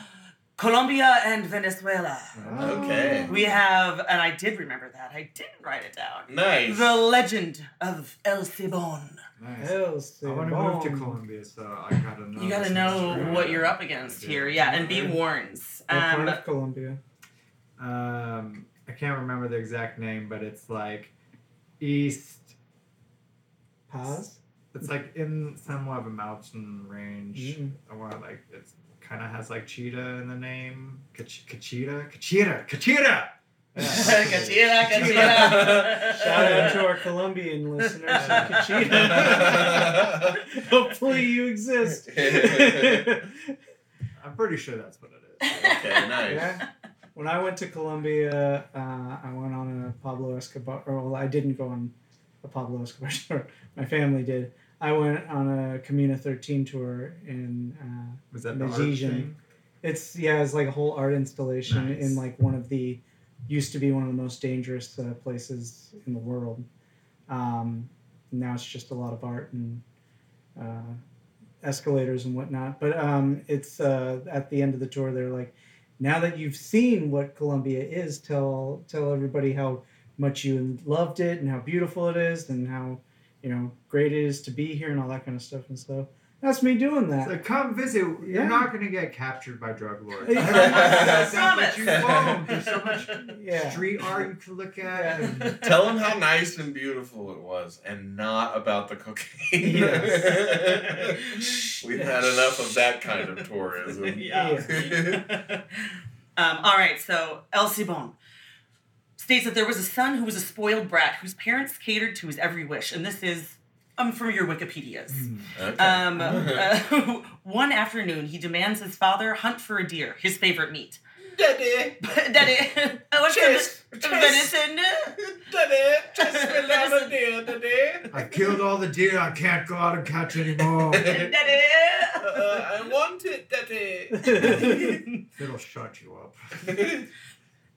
Speaker 3: Colombia and Venezuela.
Speaker 1: Okay.
Speaker 3: We have, and I did remember that. I didn't write it down.
Speaker 1: Nice.
Speaker 3: The legend of El Cibon.
Speaker 4: Nice.
Speaker 2: El
Speaker 4: I want to move to
Speaker 2: Cebon.
Speaker 4: Colombia, so I gotta
Speaker 2: Oh,
Speaker 4: know.
Speaker 3: You gotta
Speaker 4: this
Speaker 3: know
Speaker 4: history.
Speaker 3: what you're up against here, yeah, and be warned.
Speaker 2: What part
Speaker 3: Um, [laughs]
Speaker 2: of Colombia?
Speaker 4: Um, I can't remember the exact name, but it's like east.
Speaker 2: Paz.
Speaker 4: It's like in somewhat of a mountain range.
Speaker 2: Mm.
Speaker 4: I want to like it's kind of has like cheetah in the name. Cach- Cachita, Cachita, Cachita. Yeah.
Speaker 3: Kachira, Kachira.
Speaker 2: [laughs] Shout out to our Colombian listeners in
Speaker 1: [laughs]
Speaker 2: Cachita. Hopefully you exist.
Speaker 4: I'm pretty sure that's what it is.
Speaker 2: [laughs]
Speaker 1: okay, nice.
Speaker 2: Yeah. When I went to Colombia, uh, I went on a Pablo Escobar. Or well, I didn't go on a Pablo Escobar [laughs] tour. My family did. I went on a Camino 13 tour in. Uh,
Speaker 4: Was that the art
Speaker 2: Magician.
Speaker 4: thing?
Speaker 2: it's yeah, it's like a whole art installation
Speaker 4: Nice.
Speaker 2: in like one of the used to be one of the most dangerous uh, places in the world. Um, now it's just a lot of art and uh, escalators and whatnot. But um, it's uh, at the end of the tour, they're like, now that you've seen what Colombia is, tell tell everybody how much you loved it and how beautiful it is and how you know great it is to be here and all that kind of stuff. And so that's me doing that.
Speaker 4: So come visit.
Speaker 2: Yeah.
Speaker 4: You're not gonna get captured by drug
Speaker 2: [laughs]
Speaker 4: lords.
Speaker 2: Yeah.
Speaker 4: That's not what you
Speaker 1: Promise.
Speaker 4: want. There's so much
Speaker 2: [laughs] yeah.
Speaker 4: street art you can look at. and-
Speaker 1: Tell them how nice and beautiful it was, and not about the cocaine. We've had enough of that kind of
Speaker 3: [laughs]
Speaker 1: tourism.
Speaker 3: Yeah. um, all right, so El Cibon. states that there was a son who was a spoiled brat whose parents catered to his every wish. And this is um, from your Wikipedias.
Speaker 2: [laughs]
Speaker 4: Mm-hmm.
Speaker 1: Okay. [laughs]
Speaker 3: Um, uh, [laughs] one afternoon, he demands his father hunt for a deer, his favorite meat. [laughs]
Speaker 1: Daddy,
Speaker 3: Daddy, I want
Speaker 1: Chase,
Speaker 3: some
Speaker 1: chase.
Speaker 3: venison.
Speaker 1: [laughs] daddy,
Speaker 3: [laughs]
Speaker 1: just will have a deer, daddy.
Speaker 4: I killed all the deer. I can't go out and catch [laughs] anymore.
Speaker 3: Daddy.
Speaker 1: [laughs] Uh, I want it, [laughs] daddy.
Speaker 2: [laughs]
Speaker 4: It'll shut you up.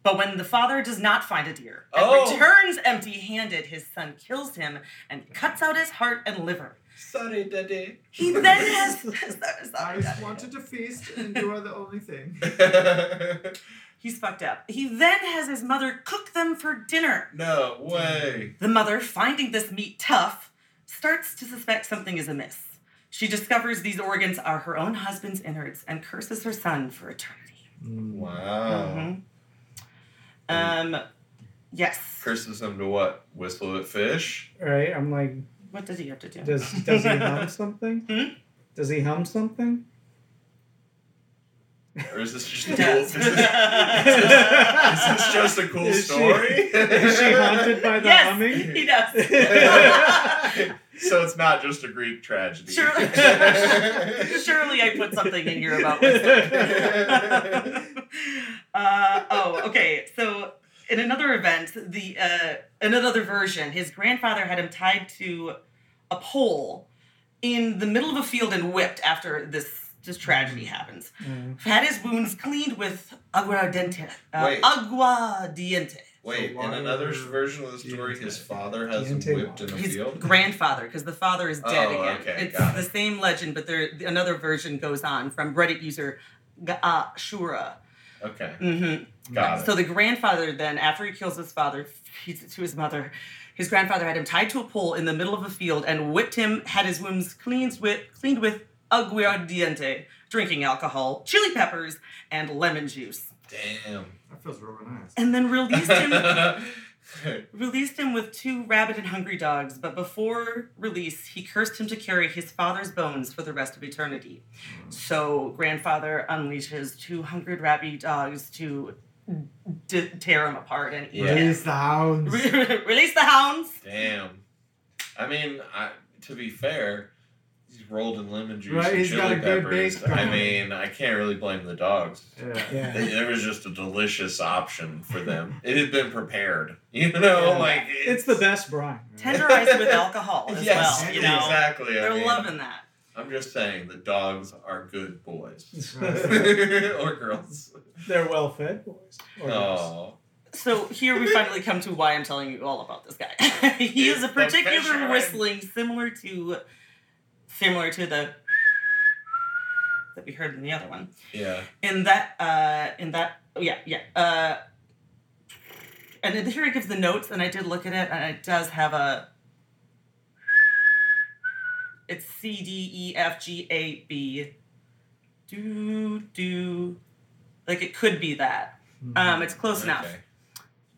Speaker 3: But when the father does not find a deer and
Speaker 1: Oh.
Speaker 3: returns empty handed, his son kills him and cuts out his heart and liver.
Speaker 1: Sorry, daddy.
Speaker 3: He then has. [laughs]
Speaker 4: I
Speaker 3: sorry,
Speaker 4: just
Speaker 3: Daddy.
Speaker 4: wanted to feast, and you are the only thing.
Speaker 3: He's fucked up. He then has his mother cook them for dinner.
Speaker 1: no way.
Speaker 3: The mother, finding this meat tough, starts to suspect something is amiss. She discovers these organs are her own husband's innards and curses her son for eternity.
Speaker 4: Mm.
Speaker 1: Oh. Wow.
Speaker 3: Mhm. Um, yes.
Speaker 1: Curses him to what? Whistle at fish?
Speaker 2: Right? I'm like,
Speaker 3: What does he have to do?
Speaker 2: does does he
Speaker 3: [laughs]
Speaker 2: hum something?
Speaker 3: Hmm?
Speaker 2: Does he hum something?
Speaker 1: Or is this just
Speaker 3: He
Speaker 1: a cool, is [laughs]
Speaker 3: does.
Speaker 1: this, is
Speaker 3: [laughs]
Speaker 1: this just a cool
Speaker 2: Is she-
Speaker 1: story?
Speaker 2: Is she haunted by the
Speaker 3: yes, [laughs]
Speaker 2: humming? Uh,
Speaker 3: he does.
Speaker 1: so it's not just a Greek tragedy.
Speaker 4: [laughs]
Speaker 3: Sure. [laughs] Surely I put something in here about [laughs] uh, oh, okay. So in another event, the uh, in another version, his grandfather had him tied to a pole in the middle of a field and whipped after this this tragedy
Speaker 1: Mm-hmm.
Speaker 3: happens.
Speaker 2: Mm.
Speaker 3: Had his wounds cleaned with aguardiente. Uh,
Speaker 1: Wait.
Speaker 3: aguardiente.
Speaker 1: Wait, in another version of the story, his father has him
Speaker 2: Diente.
Speaker 1: whipped in the
Speaker 3: His
Speaker 1: field?
Speaker 3: grandfather, because the father is dead
Speaker 1: Oh,
Speaker 3: again.
Speaker 1: okay,
Speaker 3: it's
Speaker 1: got
Speaker 3: the same legend, but there another version goes on from Reddit user uh, Shura.
Speaker 1: Okay,
Speaker 3: hmm
Speaker 1: got
Speaker 3: So
Speaker 1: it.
Speaker 3: the grandfather then, after he kills his father, feeds it to his mother. His grandfather had him tied to a pole in the middle of a field and whipped him, had his wounds cleaned with cleaned with aguardiente, drinking alcohol, chili peppers, and lemon juice.
Speaker 1: Damn.
Speaker 4: [laughs] That feels real nice.
Speaker 3: And then
Speaker 1: [laughs]
Speaker 3: released him released him with two rabid and hungry dogs, but before release, he cursed him to carry his father's bones for the rest of eternity. So grandfather unleashes two hungry rabid dogs to d- tear him apart and eat
Speaker 1: Yeah.
Speaker 3: him.
Speaker 4: Release the hounds.
Speaker 3: Re- [laughs] Release the hounds.
Speaker 1: [laughs] Damn. I mean, I, to be fair, he's rolled in lemon juice
Speaker 4: Right,
Speaker 1: and
Speaker 4: he's
Speaker 1: chili
Speaker 4: got a good
Speaker 1: peppers.
Speaker 4: base
Speaker 1: I
Speaker 4: going.
Speaker 1: mean, I can't really blame the dogs.
Speaker 4: Yeah.
Speaker 2: Yeah.
Speaker 1: It, it was just a delicious option for them. It had been prepared, you know,
Speaker 2: Yeah.
Speaker 1: like
Speaker 2: It's the best brine. [laughs]
Speaker 1: [laughs]
Speaker 3: Tenderized with alcohol as
Speaker 1: yes,
Speaker 3: well. You know,
Speaker 1: exactly. I
Speaker 3: they're
Speaker 1: mean,
Speaker 3: loving that.
Speaker 1: I'm just saying the dogs are good
Speaker 2: [laughs]
Speaker 1: boys [laughs]
Speaker 4: Right.
Speaker 1: or girls.
Speaker 2: They're well fed boys. Or girls.
Speaker 1: Oh,
Speaker 3: So here we finally come to why I'm telling you all about this guy. [laughs] he is a
Speaker 1: It's the
Speaker 3: particular
Speaker 1: fisherman.
Speaker 3: whistling similar to similar to the that we heard in the other one.
Speaker 1: yeah.
Speaker 3: In that uh in that oh, yeah, yeah. Uh and then here it gives the notes and I did look at it and it does have a it's C D E F G A B do do like it could be that.
Speaker 4: Mm.
Speaker 3: Um it's close enough
Speaker 1: Okay.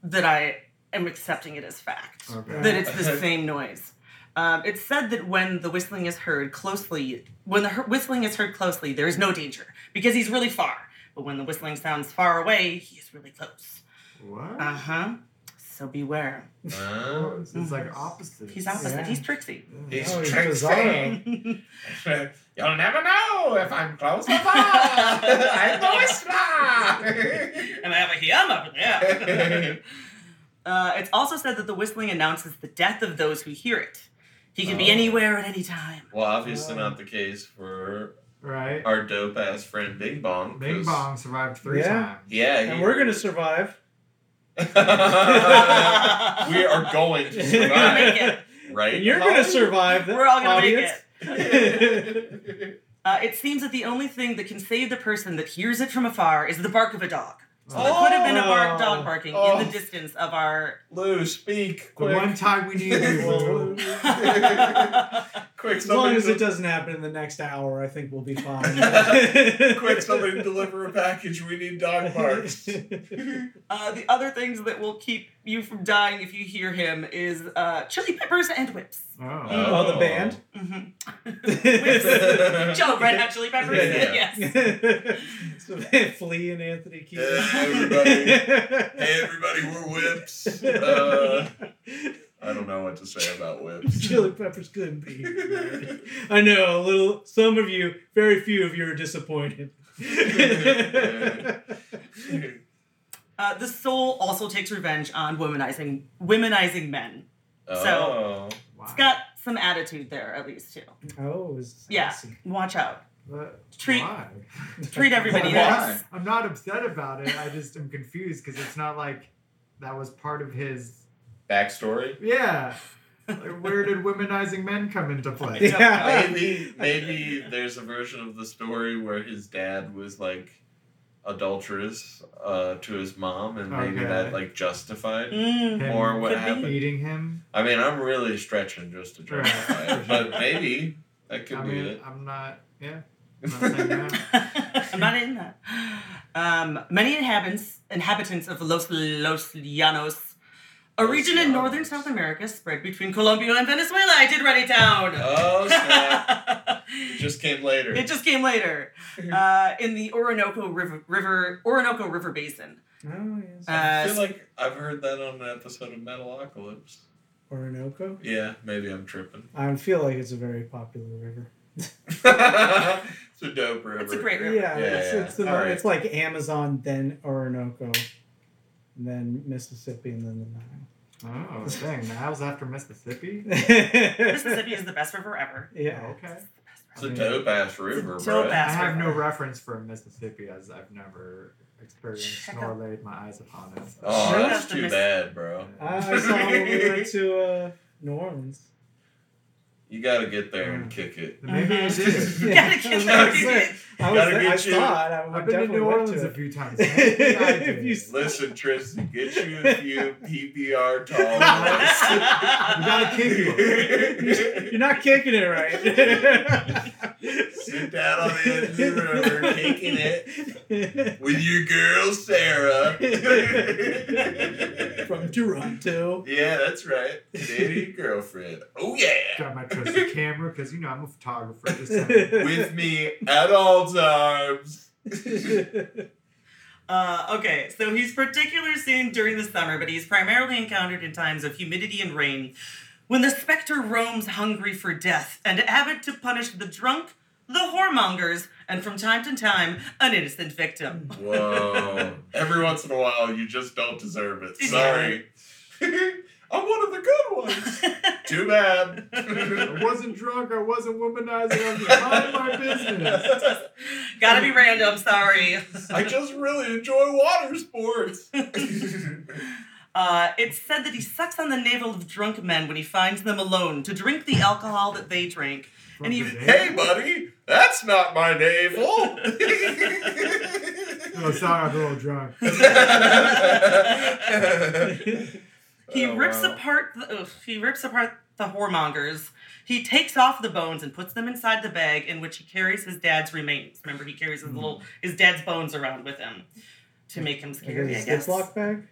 Speaker 3: that I am accepting it as fact.
Speaker 4: Okay.
Speaker 3: That it's
Speaker 1: Uh-huh.
Speaker 3: the same noise. Um, it's said that when the whistling is heard closely, when the her- whistling is heard closely, there is no danger because he's really far. But when the whistling sounds far away, he is really close.
Speaker 4: What?
Speaker 3: Uh huh. So beware.
Speaker 1: Uh,
Speaker 4: Oh, it's, it's like opposite.
Speaker 3: He's opposite.
Speaker 2: Yeah.
Speaker 3: He's [laughs] tricksy.
Speaker 1: he's
Speaker 2: Oh, he's
Speaker 1: tricksy.
Speaker 2: bizarro.
Speaker 1: [laughs] You'll never know if I'm close or far. I'm the whistler.
Speaker 3: Am I over here? I'm over there. [laughs] uh, it's also said that the whistling announces the death of those who hear it. He can be
Speaker 1: Oh.
Speaker 3: anywhere at any time. [laughs]
Speaker 1: well, obviously not the case for
Speaker 4: Right.
Speaker 1: our dope ass friend Bing Bong.
Speaker 4: Bing
Speaker 1: 'cause-
Speaker 4: Bong survived three
Speaker 2: Yeah.
Speaker 4: times.
Speaker 1: Yeah,
Speaker 2: And
Speaker 1: he-
Speaker 2: we're gonna survive.
Speaker 1: [laughs] [laughs]
Speaker 3: [laughs]
Speaker 1: we are going to
Speaker 2: You're gonna
Speaker 1: survive,
Speaker 2: [laughs] make
Speaker 3: it.
Speaker 1: right?
Speaker 2: And you're gonna survive.
Speaker 3: We're all gonna make
Speaker 2: audience.
Speaker 3: it.
Speaker 1: survive.
Speaker 3: Uh, it seems that the only thing that can save the person that hears it from afar is the bark of a dog. So there could have been a bark dog barking
Speaker 1: Oh.
Speaker 3: in the distance
Speaker 1: [laughs]
Speaker 3: of our.
Speaker 1: [laughs]
Speaker 3: [laughs]
Speaker 1: Lou, speak
Speaker 4: The
Speaker 1: quick.
Speaker 4: one time we needed [laughs] you. Oh,
Speaker 2: Well,
Speaker 4: Lou.
Speaker 1: quick,
Speaker 2: as long
Speaker 1: somebody
Speaker 2: as it
Speaker 1: del-
Speaker 2: doesn't happen in the next hour, I think we'll be fine.
Speaker 1: Quick, somebody deliver a package. We need
Speaker 2: [laughs]
Speaker 1: dog [laughs]
Speaker 3: [laughs]
Speaker 1: parts.
Speaker 2: Oh,
Speaker 3: uh, the other things that will keep you from dying if you hear him is uh, chili peppers and whips.
Speaker 4: Oh.
Speaker 3: Mm.
Speaker 2: Oh, the band?
Speaker 1: [laughs]
Speaker 3: hmm
Speaker 1: Yeah.
Speaker 3: Joe, red hot chili peppers?
Speaker 1: Yeah.
Speaker 3: Yes.
Speaker 2: so, Flea and Anthony Keaton.
Speaker 1: Hey, everybody. Hey, everybody, Everybody were whips. [laughs] Uh, I don't know what to say about whips. [laughs]
Speaker 2: [laughs] Chili peppers couldn't be. I know a little. Some of you, very few of you, are disappointed.
Speaker 3: Uh, the soul also takes revenge on womanizing womanizing men.
Speaker 1: oh.
Speaker 4: Wow.
Speaker 3: It's got some attitude there, at least too.
Speaker 2: oh, is
Speaker 3: Yeah. [laughs]
Speaker 2: sassy.
Speaker 3: Watch out.
Speaker 4: But
Speaker 3: Treat-
Speaker 4: why? [laughs]
Speaker 3: Treat everybody
Speaker 1: Why?
Speaker 3: nice.
Speaker 4: I'm not upset about it. I just am confused because it's not like that was part of his.
Speaker 1: Backstory.
Speaker 4: Yeah. Like, where did womanizing men come into play?
Speaker 1: [laughs]
Speaker 2: Yeah.
Speaker 4: [laughs]
Speaker 1: Maybe, maybe there's a version of the story where his dad was like adulterous uh, to his mom, and maybe
Speaker 4: Okay.
Speaker 1: that like justified.
Speaker 3: Mm.
Speaker 4: Him
Speaker 1: Or what
Speaker 3: Could be.
Speaker 1: happened?
Speaker 4: Eating him.
Speaker 1: I mean, I'm really stretching just to justify it, but maybe that could
Speaker 4: I
Speaker 1: be
Speaker 4: mean,
Speaker 1: it.
Speaker 4: I'm not. Yeah. I'm not saying that.
Speaker 3: [laughs]
Speaker 4: [laughs]
Speaker 3: I'm not in that. Um, many inhabitants inhabitants of Los Los Llanos, a
Speaker 1: Los
Speaker 3: region in northern
Speaker 1: Llanos.
Speaker 3: South America spread between Colombia and Venezuela. I did write it down.
Speaker 1: [laughs] Oh snap! It just came later.
Speaker 3: [laughs] It just came later. Uh, in the Orinoco River, River Orinoco River Basin.
Speaker 2: Oh, yes.
Speaker 1: I
Speaker 3: Uh,
Speaker 1: feel like I've heard that on an episode of Metalocalypse.
Speaker 2: Orinoco.
Speaker 1: Yeah, maybe I'm tripping. [laughs]
Speaker 2: I feel like it's a very popular river.
Speaker 1: it's a dope river.
Speaker 3: it's a great river.
Speaker 2: Yeah,
Speaker 1: Yeah,
Speaker 2: it's,
Speaker 1: yeah.
Speaker 2: it's, the,
Speaker 1: All right.
Speaker 2: it's like Amazon, then Orinoco, and then Mississippi, and then
Speaker 4: Oh, dang. Niles after Mississippi?
Speaker 2: the Nile.
Speaker 3: Mississippi is the best river
Speaker 1: [laughs]
Speaker 3: ever.
Speaker 2: yeah.
Speaker 4: Okay.
Speaker 1: It's a dope ass river,
Speaker 3: dope
Speaker 1: bro.
Speaker 3: ass-
Speaker 4: I have no
Speaker 3: river.
Speaker 4: reference for Mississippi as I've never experienced
Speaker 3: Check
Speaker 4: nor
Speaker 3: out-
Speaker 4: laid my eyes upon it. so-
Speaker 1: Oh,
Speaker 3: Shout
Speaker 1: that's
Speaker 3: out to
Speaker 1: too
Speaker 3: Miss-
Speaker 1: bad, bro.
Speaker 2: I Oh, I saw it when we [laughs] went to uh, New Orleans.
Speaker 1: You gotta get there and kick it.
Speaker 4: Maybe it
Speaker 3: Mhm.
Speaker 4: is.
Speaker 2: Mm-hmm. [laughs] Yeah.
Speaker 3: Gotta get
Speaker 2: I was
Speaker 1: you.
Speaker 2: there. I, was
Speaker 1: Gotta
Speaker 2: there. I
Speaker 1: get you.
Speaker 2: saw it. I would
Speaker 4: I've been to
Speaker 2: definitely
Speaker 4: New
Speaker 2: went
Speaker 4: Orleans
Speaker 2: to
Speaker 4: a
Speaker 2: it. [laughs]
Speaker 4: few times. Maybe I
Speaker 2: If
Speaker 4: did.
Speaker 2: you
Speaker 4: you
Speaker 1: Listen, Tristan, get you a few PBR tall
Speaker 4: gotta kick it.
Speaker 1: ones.
Speaker 2: [laughs] You're not kicking it [laughs] Oh, right.
Speaker 1: Sit down on the edge of the river, kicking
Speaker 2: [laughs]
Speaker 1: it with your girl Sarah.
Speaker 2: From [laughs] Toronto.
Speaker 1: yeah, that's right. Dating girlfriend. Oh yeah.
Speaker 4: Got my trusty camera because you know I'm a photographer. Just saying.
Speaker 1: With me at all times.
Speaker 3: Uh, okay, so he's particularly seen during the summer, but he's primarily encountered in times of humidity and rain, when the specter roams hungry for death and avid to punish the drunk, the whoremongers, and from time to time an innocent victim. [laughs]
Speaker 1: Whoa. Every once in a while, you just don't deserve it. Sorry. [laughs] I'm one of the good ones. Too bad.
Speaker 4: I wasn't drunk. I wasn't womanizing. I was just minding
Speaker 1: [laughs]
Speaker 4: my business.
Speaker 3: Gotta be random. Sorry.
Speaker 1: I just really enjoy water [laughs] sports.
Speaker 3: Uh, it's said that he sucks on the navel of drunk men when he finds them alone to drink the alcohol that they drink.
Speaker 4: From
Speaker 3: And he- [laughs]
Speaker 4: today?
Speaker 1: hey, buddy, that's not my [laughs] navel.
Speaker 4: Oh, sorry, I'm a little drunk.
Speaker 3: He
Speaker 1: Oh,
Speaker 3: rips
Speaker 1: wow.
Speaker 3: apart the ugh, he rips apart the whoremongers. He takes off the bones and puts them inside the bag in which he carries his dad's remains. Remember, he carries his
Speaker 1: Hmm.
Speaker 3: little his dad's bones around with him to make him scary. I guess. [laughs]
Speaker 2: Ziploc bag?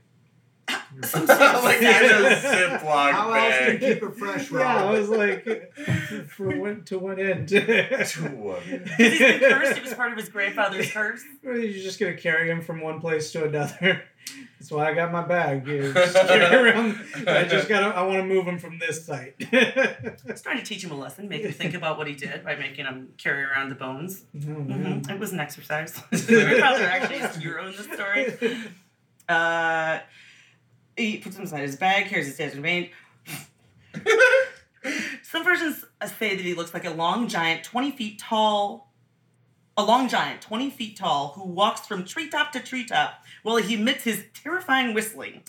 Speaker 3: Some
Speaker 1: [laughs]
Speaker 3: sort of
Speaker 1: like in a
Speaker 3: sack.
Speaker 1: Ziploc
Speaker 4: How else do
Speaker 1: bag.
Speaker 4: you keep it fresh, Rob?
Speaker 2: Yeah, I was like, [laughs] from one to one [laughs] end.
Speaker 1: To one.
Speaker 3: He's been cursed. It was part of his grandfather's curse.
Speaker 2: Or You're just gonna carry him from one place to another. [laughs] That's why I got my bag. You just carry 'em. I just gotta. I want to move him from this site. [laughs]
Speaker 3: I was trying to teach him a lesson, make
Speaker 1: [laughs]
Speaker 3: him think about what he did by making him carry around the bones.
Speaker 2: Mhm.
Speaker 3: Mhm. It was an exercise.
Speaker 1: [laughs]
Speaker 3: [laughs] Your grandfather actually is a hero in this story. Uh, he puts them inside his bag, carries his dad's remains.
Speaker 4: [laughs]
Speaker 3: Some versions uh, say that he looks like a long giant, 20 feet tall, a long giant, 20 feet tall, who walks from treetop to treetop while he emits his terrifying whistling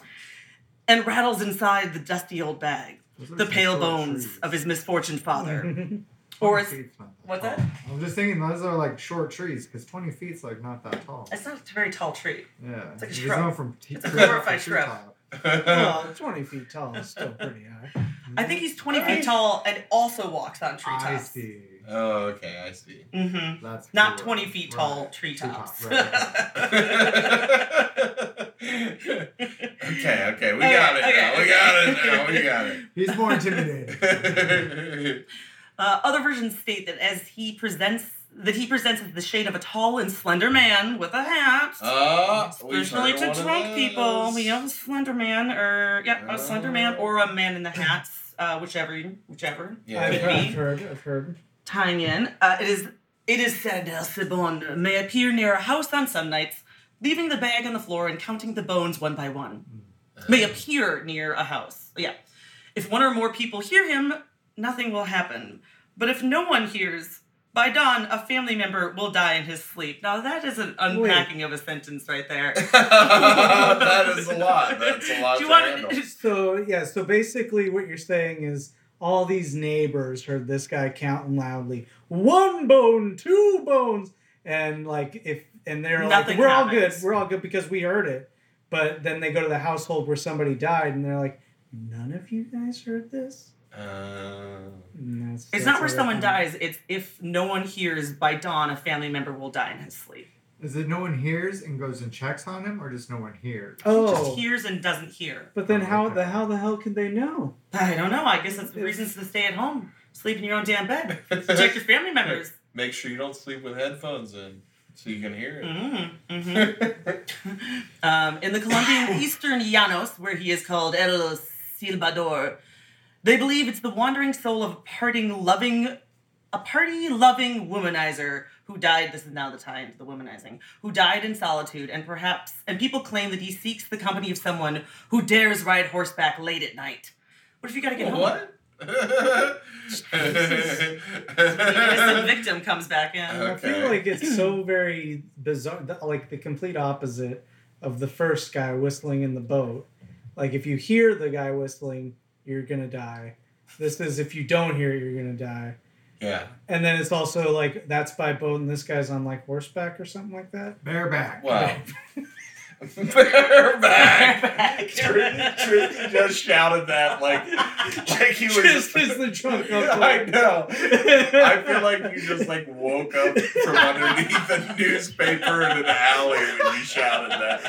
Speaker 3: and rattles inside the dusty old bag,
Speaker 4: Those are
Speaker 3: the
Speaker 4: some
Speaker 3: pale
Speaker 4: short
Speaker 3: bones
Speaker 4: trees.
Speaker 3: of his
Speaker 4: [laughs]
Speaker 3: misfortuned father. or is,
Speaker 4: 20 feet's not that
Speaker 3: what's
Speaker 4: tall.
Speaker 3: that?
Speaker 4: I'm just thinking those are like short trees because 20 feet's like not that tall.
Speaker 3: it's not a very tall tree.
Speaker 4: Yeah.
Speaker 3: It's like a
Speaker 4: He's
Speaker 3: shrub.
Speaker 4: going from t-
Speaker 3: It's a
Speaker 4: treetop to
Speaker 3: glorified shrub.
Speaker 4: treetop.
Speaker 2: [laughs] well, twenty feet tall is still pretty high.
Speaker 3: I think he's 20
Speaker 2: Alright.
Speaker 3: feet tall and also walks on treetops.
Speaker 4: I see.
Speaker 1: [laughs] oh, okay, I see.
Speaker 3: Mm-hmm.
Speaker 4: That's
Speaker 3: Not
Speaker 4: cool.
Speaker 3: 20 feet tall
Speaker 4: Right.
Speaker 3: treetops.
Speaker 4: Treetop,
Speaker 1: [laughs]
Speaker 4: right.
Speaker 3: [laughs]
Speaker 1: okay, okay, we got it
Speaker 3: Okay,
Speaker 1: now.
Speaker 3: okay,
Speaker 1: We got it
Speaker 3: okay.
Speaker 1: now. We got it.
Speaker 4: He's more intimidating.
Speaker 3: Uh, other versions state that as he presents that he presents as the shade of a tall and slender man with a hat.
Speaker 1: [laughs] Uh, we've
Speaker 3: Especially
Speaker 1: heard
Speaker 3: to
Speaker 1: one of
Speaker 3: drunk people,
Speaker 1: those.
Speaker 3: we have a slender man, or yeah, a slender man, or a man in the hat, uh, whichever, whichever.
Speaker 1: Yeah.
Speaker 2: I've,
Speaker 3: Could
Speaker 2: heard,
Speaker 3: be.
Speaker 2: I've heard. I've heard.
Speaker 3: tying in. Uh, it is it is said El Cibon may appear near a house on some nights, leaving the bag on the floor and counting the bones one by one.
Speaker 2: Mm.
Speaker 3: May appear near a house. Yeah. If one or more people hear him, nothing will happen. But if no one hears, by dawn, a family member will die in his sleep. Now that is an unpacking of a sentence right
Speaker 2: [laughs]
Speaker 1: [laughs]
Speaker 3: there.
Speaker 1: that is a lot. That's a lot
Speaker 3: Do you
Speaker 1: to
Speaker 3: wanna-
Speaker 1: handle.
Speaker 2: So yeah, so basically what you're saying is all these neighbors heard this guy counting loudly. One bone, two bones, and like if and they're
Speaker 3: Nothing
Speaker 2: like, We're all good,
Speaker 3: happens.
Speaker 2: we're all good because we heard it. But then they go to the household where somebody died and they're like, None of you guys heard this?
Speaker 1: Uh, [laughs]
Speaker 2: And that's-
Speaker 3: It's
Speaker 2: that's
Speaker 3: not where
Speaker 2: how
Speaker 3: someone
Speaker 2: they found it.
Speaker 3: dies, it's if no one hears by dawn, a family member will die in his sleep.
Speaker 4: Is it no one hears and goes and checks on him, or just no one hears?
Speaker 3: Just
Speaker 2: Oh,
Speaker 3: hears and doesn't hear.
Speaker 2: but then how
Speaker 4: Okay.
Speaker 2: the how the hell could they know?
Speaker 3: I don't know. I guess that's the reasons to stay at home. Sleep in your own damn bed. Protect your family members.
Speaker 1: make sure you don't sleep with headphones in so you can hear it.
Speaker 3: Mm, mhm. um, in the Colombian eastern Llanos, where he is called El Silvador, they believe it's the wandering soul of a parting loving, a party loving womanizer who died. This is now the tie into the womanizing. Who died in solitude, and perhaps, and people claim that he seeks the company of someone who dares ride horseback late at night. What if you gotta get home?
Speaker 1: what?
Speaker 3: The
Speaker 1: [laughs]
Speaker 3: innocent victim comes back in.
Speaker 1: Uh,
Speaker 2: I
Speaker 1: Okay.
Speaker 2: feel like it's so very bizarre, th- like the complete opposite of the first guy whistling in the boat. Like if you hear the guy whistling, you're gonna die. This is if you don't hear, it, you're gonna die.
Speaker 1: yeah.
Speaker 2: And then it's also like that's by boat, and this guy's on like horseback or something like that.
Speaker 4: Bareback.
Speaker 1: Wow. Bareback.
Speaker 3: [laughs] Bareback.
Speaker 1: Tristan Tristan just shouted that like [laughs]
Speaker 2: [laughs]
Speaker 1: Jakey was.
Speaker 2: Just as the drunk
Speaker 1: [laughs]
Speaker 2: uncle.
Speaker 1: I know. I feel like you just like woke up from underneath a newspaper in an alley when you shouted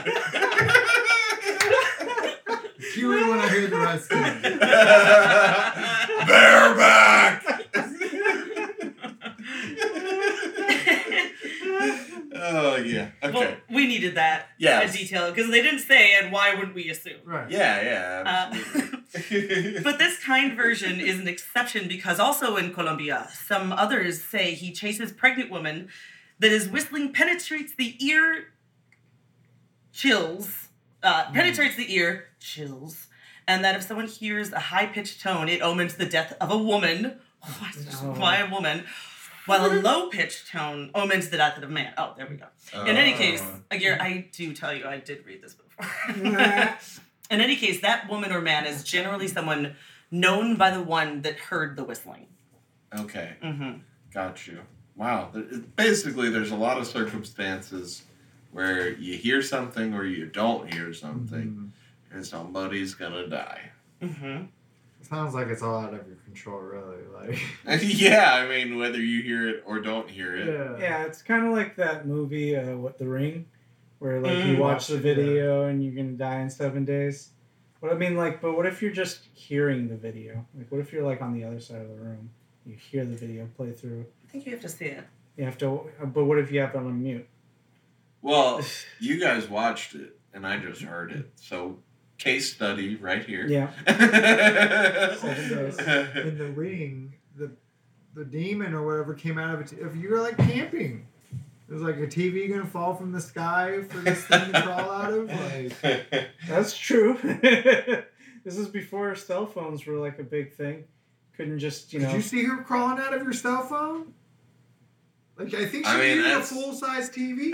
Speaker 4: Do you really want to hear the rest of
Speaker 1: [laughs]
Speaker 4: it?
Speaker 1: that. Bareback.
Speaker 3: [laughs]
Speaker 1: oh yeah.
Speaker 3: Well,
Speaker 1: Okay.
Speaker 3: we needed that
Speaker 1: Yeah.
Speaker 3: a detail because they didn't say, and why would we assume?
Speaker 4: Right.
Speaker 1: Yeah,
Speaker 3: Uh, [laughs] but this kind version is an exception because also in Colombia, some others say he chases pregnant woman that his whistling penetrates the ear, chills, uh, penetrates the ear, chills, and that if someone hears a high pitched tone, it omens the death of a woman. [laughs] Why, why a woman? While a low pitched tone omens the death of a man. Oh, there we go. In any case, again, I do tell you, I did read this before. [laughs] In any case, that woman or man is generally someone known by the one that heard the whistling.
Speaker 1: Oh, Okay,
Speaker 3: Mm-hmm.
Speaker 1: got you. Wow. there- it- Basically, there's a lot of circumstances where you hear something or you don't hear something,
Speaker 4: Mm,
Speaker 1: and somebody's gonna die. [laughs]
Speaker 3: Mm-hmm.
Speaker 4: sounds like it's all out of your control, really.
Speaker 1: [laughs]
Speaker 4: Like,
Speaker 1: yeah, I mean, whether you hear it or don't hear it.
Speaker 4: yeah.
Speaker 2: Yeah, it's kind of like that movie, uh, what The Ring, where like
Speaker 3: Mm.
Speaker 2: you watch the
Speaker 4: Watch it, yeah.
Speaker 2: video and you're gonna die in seven days. What I mean, like, but what if you're just hearing the video? Like, what if you're like on the other side of the room? You hear the video play through.
Speaker 3: I think you have to see it.
Speaker 2: You have to, uh, but what if you have it on mute?
Speaker 1: Well, you guys watched it, and I just heard it. So, case study right here.
Speaker 2: Yeah,
Speaker 1: [laughs]
Speaker 4: In the ring, the the demon or whatever came out of it. If you were like camping, it was like a TV gonna fall from the sky for this thing to crawl
Speaker 1: [laughs]
Speaker 4: out of. Like,
Speaker 2: that's true. [laughs] this is before cell phones were like a big thing. Couldn't just you know.
Speaker 4: Did you see her crawling out of your cell phone? Like I think she
Speaker 1: I mean,
Speaker 4: needed a
Speaker 1: that's-
Speaker 4: full
Speaker 1: [laughs]
Speaker 4: size TV.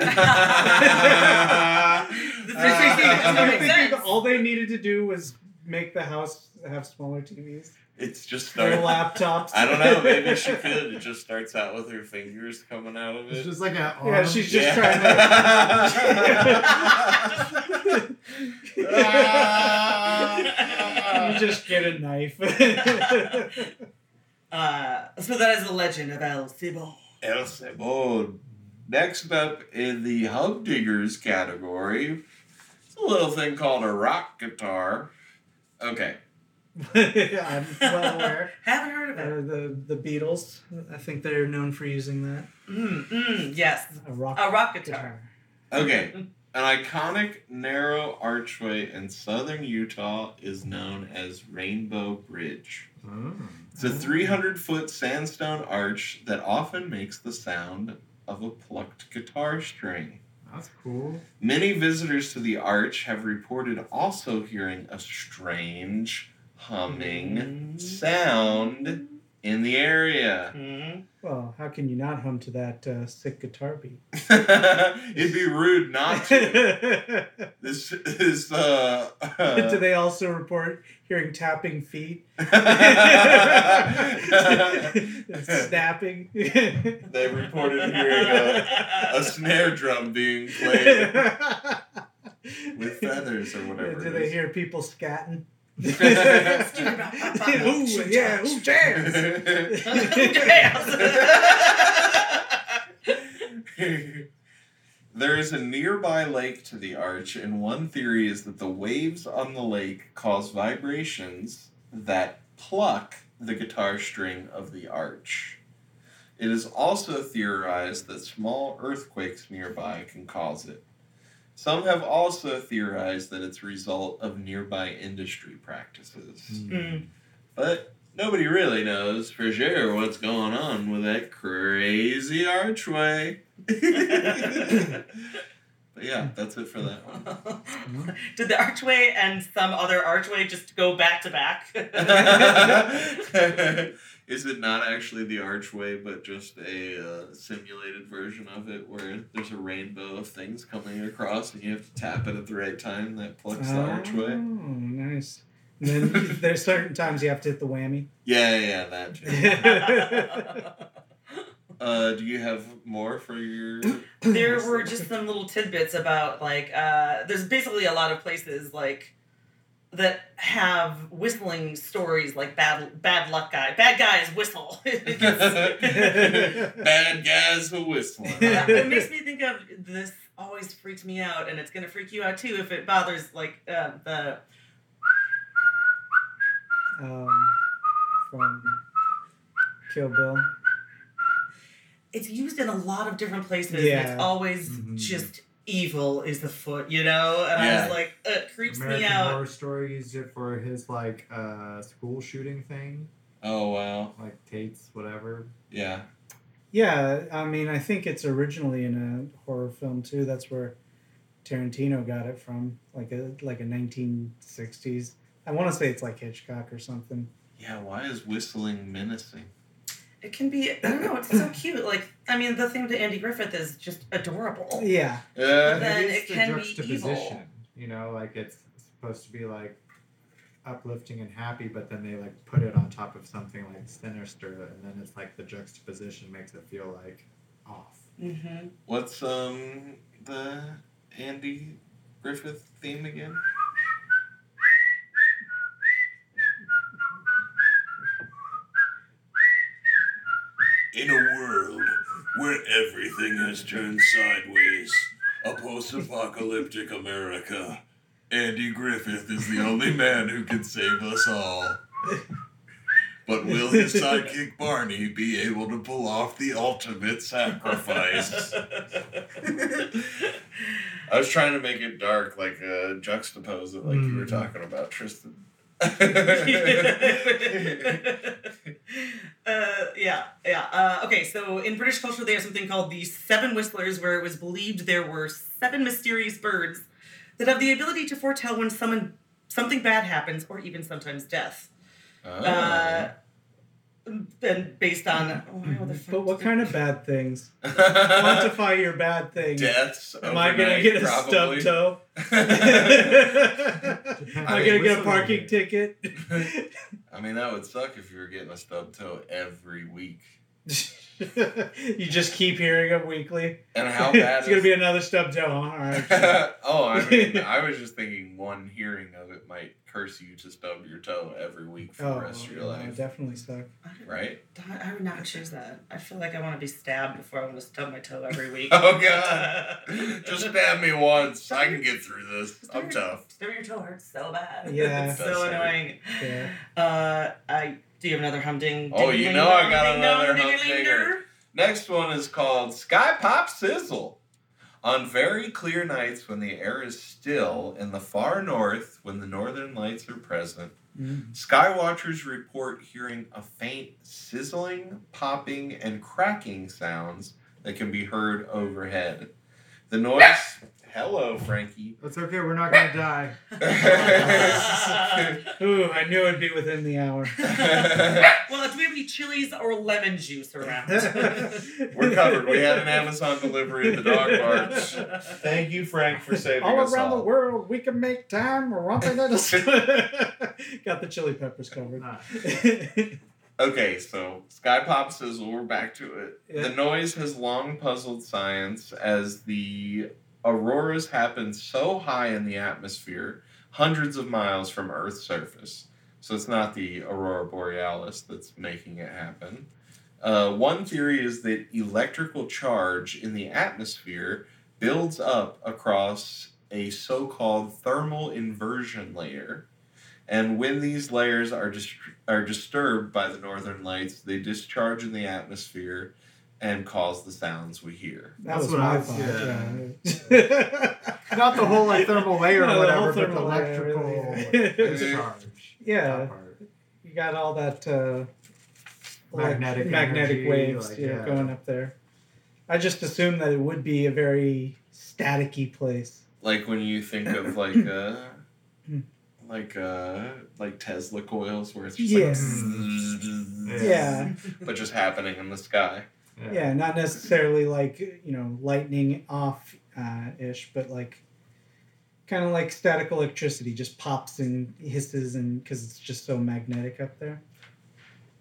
Speaker 3: The
Speaker 1: Uh,
Speaker 3: 360 does not
Speaker 2: I'm
Speaker 3: make
Speaker 2: thinking
Speaker 3: sense.
Speaker 2: [laughs] all they needed to do was make the house have smaller TVs
Speaker 1: it's just
Speaker 2: or
Speaker 1: started.
Speaker 2: laptops.
Speaker 1: I don't know. Maybe she could.
Speaker 2: [laughs]
Speaker 1: It just starts out with her fingers coming out of
Speaker 4: It's
Speaker 1: it.
Speaker 4: just like an arm.
Speaker 2: Yeah, she's just
Speaker 1: Yeah.
Speaker 2: trying to. you just get a knife. [laughs]
Speaker 3: Uh, so that is the legend of El Cibon.
Speaker 1: [laughs] El Cebon. Next up in the hub diggers category, it's a little thing called a rock guitar. Okay,
Speaker 2: I'm well aware.
Speaker 3: Haven't heard of it.
Speaker 2: Or the the Beatles. I think they're known for using that.
Speaker 3: Mm, mm, yes.
Speaker 2: A rock,
Speaker 3: A rock guitar.
Speaker 2: guitar.
Speaker 1: Okay. An iconic narrow archway in southern Utah is known as Rainbow Bridge.
Speaker 4: Hmm,
Speaker 1: It's a 300 foot sandstone arch that often makes the sound of a plucked guitar string.
Speaker 4: that's cool.
Speaker 1: Many visitors to the arch have reported also hearing a strange humming sound in the area. [laughs]
Speaker 3: Mm.
Speaker 2: Well, how can you not hum to that uh, sick guitar beat?
Speaker 1: It'd be rude
Speaker 2: [laughs]
Speaker 1: not to.
Speaker 2: Do
Speaker 1: This is uh,
Speaker 2: they also report hearing
Speaker 1: [laughs]
Speaker 2: tapping feet? [laughs] snapping. [laughs]
Speaker 1: they reported hearing a, a
Speaker 3: [laughs]
Speaker 1: snare drum being
Speaker 2: [laughs]
Speaker 1: played with feathers or whatever.
Speaker 2: Do
Speaker 1: it
Speaker 2: they
Speaker 1: is.
Speaker 2: hear people
Speaker 1: [laughs]
Speaker 2: scatting? [laughs]
Speaker 3: Ooh,
Speaker 2: ooh, yeah, ooh, jazz.
Speaker 1: [laughs] there is a nearby lake to the arch, and one theory is that the waves on the lake cause vibrations that pluck the guitar string of the arch. It is also theorized that small earthquakes nearby can cause it. Some have also theorized that it's a result of nearby industry practices.
Speaker 3: [laughs]
Speaker 4: Hmm.
Speaker 3: Mm.
Speaker 1: But nobody really knows for sure what's going on with that crazy archway. but yeah, that's it for that
Speaker 3: [laughs]
Speaker 1: one.
Speaker 3: Did the archway and some other archway just go back to back?
Speaker 1: Is it not actually the archway, but just a uh, simulated version of it where there's a rainbow of things coming across and you have to tap it at the right time that plucks the
Speaker 2: Oh,
Speaker 1: archway?
Speaker 2: nice. And then [laughs] there's certain times you have to hit the whammy.
Speaker 1: Yeah, yeah, yeah, that too.
Speaker 3: [laughs]
Speaker 1: Uh, do you have more for your. [laughs]
Speaker 3: there
Speaker 2: [laughs]
Speaker 3: were just some little tidbits about like uh, there's basically a lot of places like that have whistling stories like bad bad luck guy bad guys whistle. [laughs] It gets-
Speaker 1: Bad guys who whistling.
Speaker 3: Yeah, it makes me think of this always freaks me out and it's gonna freak you out too if it bothers like uh, the
Speaker 2: um, from Kill Bill.
Speaker 3: it's used in a lot of different places and
Speaker 2: Yeah.
Speaker 3: it's always
Speaker 4: Mhm.
Speaker 3: just evil is the foot you know and i
Speaker 1: Yeah.
Speaker 3: was like uh, it creeps
Speaker 4: American
Speaker 3: me out
Speaker 4: Horror Story used it for his like uh, school shooting thing,
Speaker 1: Oh wow.
Speaker 4: like Tate's whatever.
Speaker 1: Yeah.
Speaker 2: Yeah, I mean, I think it's originally in a horror film too. That's where Tarantino got it from, like a like a 1960s. I want to say it's like Hitchcock or something.
Speaker 1: Yeah, why is whistling menacing?
Speaker 3: it can be i don't know it's so cute like i mean the thing to andy griffith is just adorable
Speaker 2: Yeah,
Speaker 4: Uh,
Speaker 3: But then
Speaker 4: Maybe it's
Speaker 3: it
Speaker 4: the
Speaker 3: can be
Speaker 4: juxtaposition.
Speaker 3: evil.
Speaker 4: You know, like it's supposed to be like uplifting and happy, but then they like put it on top of something like sinister, and then it's like the juxtaposition makes it feel like [laughs] off.
Speaker 3: mm-hmm.
Speaker 1: What's um the Andy Griffith theme again?
Speaker 6: In a world where everything has turned sideways, a post apocalyptic America, Andy Griffith is the only man who can save us all. But will his sidekick Barney be able to pull off the ultimate
Speaker 1: [laughs]
Speaker 3: [laughs]
Speaker 6: sacrifice?
Speaker 1: I was trying to make it dark, like uh, juxtapose it, like you
Speaker 2: Hmm.
Speaker 1: were
Speaker 4: Mm.
Speaker 1: talking about
Speaker 2: [laughs]
Speaker 1: Tristan. Oh.
Speaker 3: uh, yeah, yeah. Uh, okay, so in British culture, they have something called the Seven Whistlers, where it was believed there were seven mysterious birds that have the ability to foretell when someone something bad happens, or even sometimes death.
Speaker 1: Oh.
Speaker 3: Uh, and based on, oh, how the fuck
Speaker 2: but what
Speaker 3: did-
Speaker 2: kind of
Speaker 1: [laughs]
Speaker 2: bad things?
Speaker 1: Oh.
Speaker 2: Quantify your bad things.
Speaker 1: Deaths.
Speaker 2: Am I gonna
Speaker 1: overnight,
Speaker 2: get a
Speaker 1: probably.
Speaker 2: stubbed
Speaker 1: [laughs]
Speaker 2: toe? [laughs] Am I gonna get a parking
Speaker 1: [laughs]
Speaker 2: ticket?
Speaker 1: I mean, that would suck if you were getting a stub toe every week.
Speaker 2: you just keep hearing them weekly.
Speaker 1: And
Speaker 2: [laughs]
Speaker 1: how bad
Speaker 2: it's gonna
Speaker 1: is-
Speaker 2: be another stub toe. huh? All
Speaker 1: [laughs]
Speaker 2: right.
Speaker 1: oh, I
Speaker 2: [laughs]
Speaker 1: mean, I was just thinking one hearing of it might curse you to stub your toe every week for the rest of your
Speaker 2: no,
Speaker 1: life,
Speaker 2: Oh, definitely stuck.
Speaker 1: right? [laughs]
Speaker 3: Don't- I would not choose that. I feel like I want to be stabbed before I want to stub my toe every week.
Speaker 1: [laughs] Oh,
Speaker 3: [laughs]
Speaker 1: God. [laughs] Just stab me once. I can get through this.
Speaker 3: Stab
Speaker 1: I'm
Speaker 3: your-
Speaker 1: tough.
Speaker 3: Stab your toe hurts so bad.
Speaker 2: Yeah.
Speaker 3: it's
Speaker 1: It
Speaker 3: so
Speaker 1: does hurt.
Speaker 3: annoying.
Speaker 2: Yeah.
Speaker 3: Uh, I do you have another humding?
Speaker 1: Oh, you
Speaker 3: ding-a-ling,
Speaker 1: know I got
Speaker 3: ding-dong,
Speaker 1: another
Speaker 3: ding-a-ling,
Speaker 1: humdinger.
Speaker 3: der.
Speaker 1: Next one is called Sky Pop Sizzle. On very clear nights when the air is still in the far north, when the northern lights are present,
Speaker 2: Mm.
Speaker 1: skywatchers report hearing a faint sizzling, popping, and cracking sounds that can be heard overhead. The noise. Hello, Frankie. [laughs]
Speaker 4: That's okay. We're not gonna die.
Speaker 2: Ooh, I knew it'd be within the hour.
Speaker 3: Well, do we have any chilies or lemon juice
Speaker 2: [laughs]
Speaker 1: [laughs]
Speaker 3: around? [laughs]
Speaker 1: We're covered. We had an Amazon delivery at the dog
Speaker 3: Oh,
Speaker 1: mart. Thank you, Frank, for saving
Speaker 2: all
Speaker 1: us
Speaker 2: around
Speaker 1: all.
Speaker 2: the world. We can make time. We're
Speaker 1: [laughs]
Speaker 2: romping at us. [laughs] Got the chili peppers covered. [laughs]
Speaker 4: Nah.
Speaker 1: Okay, so Sky Pop Sizzle, we're back to it.
Speaker 2: Yeah.
Speaker 1: The noise has long puzzled science as the auroras happen so high in the atmosphere, hundreds of miles from Earth's surface. So it's not the aurora borealis that's making it happen. Uh, one theory is that electrical charge in the atmosphere builds up across a so called thermal inversion layer. And when these layers are dis- are disturbed by the northern lights, they discharge in the atmosphere and cause the sounds we hear.
Speaker 2: That
Speaker 4: That's
Speaker 2: was
Speaker 4: what
Speaker 2: my
Speaker 4: I was-
Speaker 2: thought.
Speaker 4: yeah.
Speaker 2: Yeah.
Speaker 4: [laughs]
Speaker 2: [laughs]
Speaker 4: Not the whole like thermal layer
Speaker 2: No,
Speaker 4: or
Speaker 2: the whole
Speaker 4: whatever, but the
Speaker 2: thermal layer,
Speaker 4: electrical [laughs]
Speaker 2: really.
Speaker 4: discharge.
Speaker 2: Yeah.
Speaker 4: That part.
Speaker 2: you got all that uh,
Speaker 4: Magnetic
Speaker 2: elec- magnetic
Speaker 4: energy,
Speaker 2: waves
Speaker 4: like,
Speaker 2: yeah,
Speaker 4: yeah.
Speaker 2: going up there. I just assumed that it would be a very staticky place.
Speaker 1: Like when you think of like uh like uh like Tesla coils where it's just
Speaker 2: Yeah.
Speaker 1: like zzzz,
Speaker 2: Yeah.
Speaker 1: but just happening in the sky.
Speaker 2: yeah, not necessarily like you know lightning off uh, ish, but like kind of like static electricity, just pops and hisses, and because it's just so magnetic up there.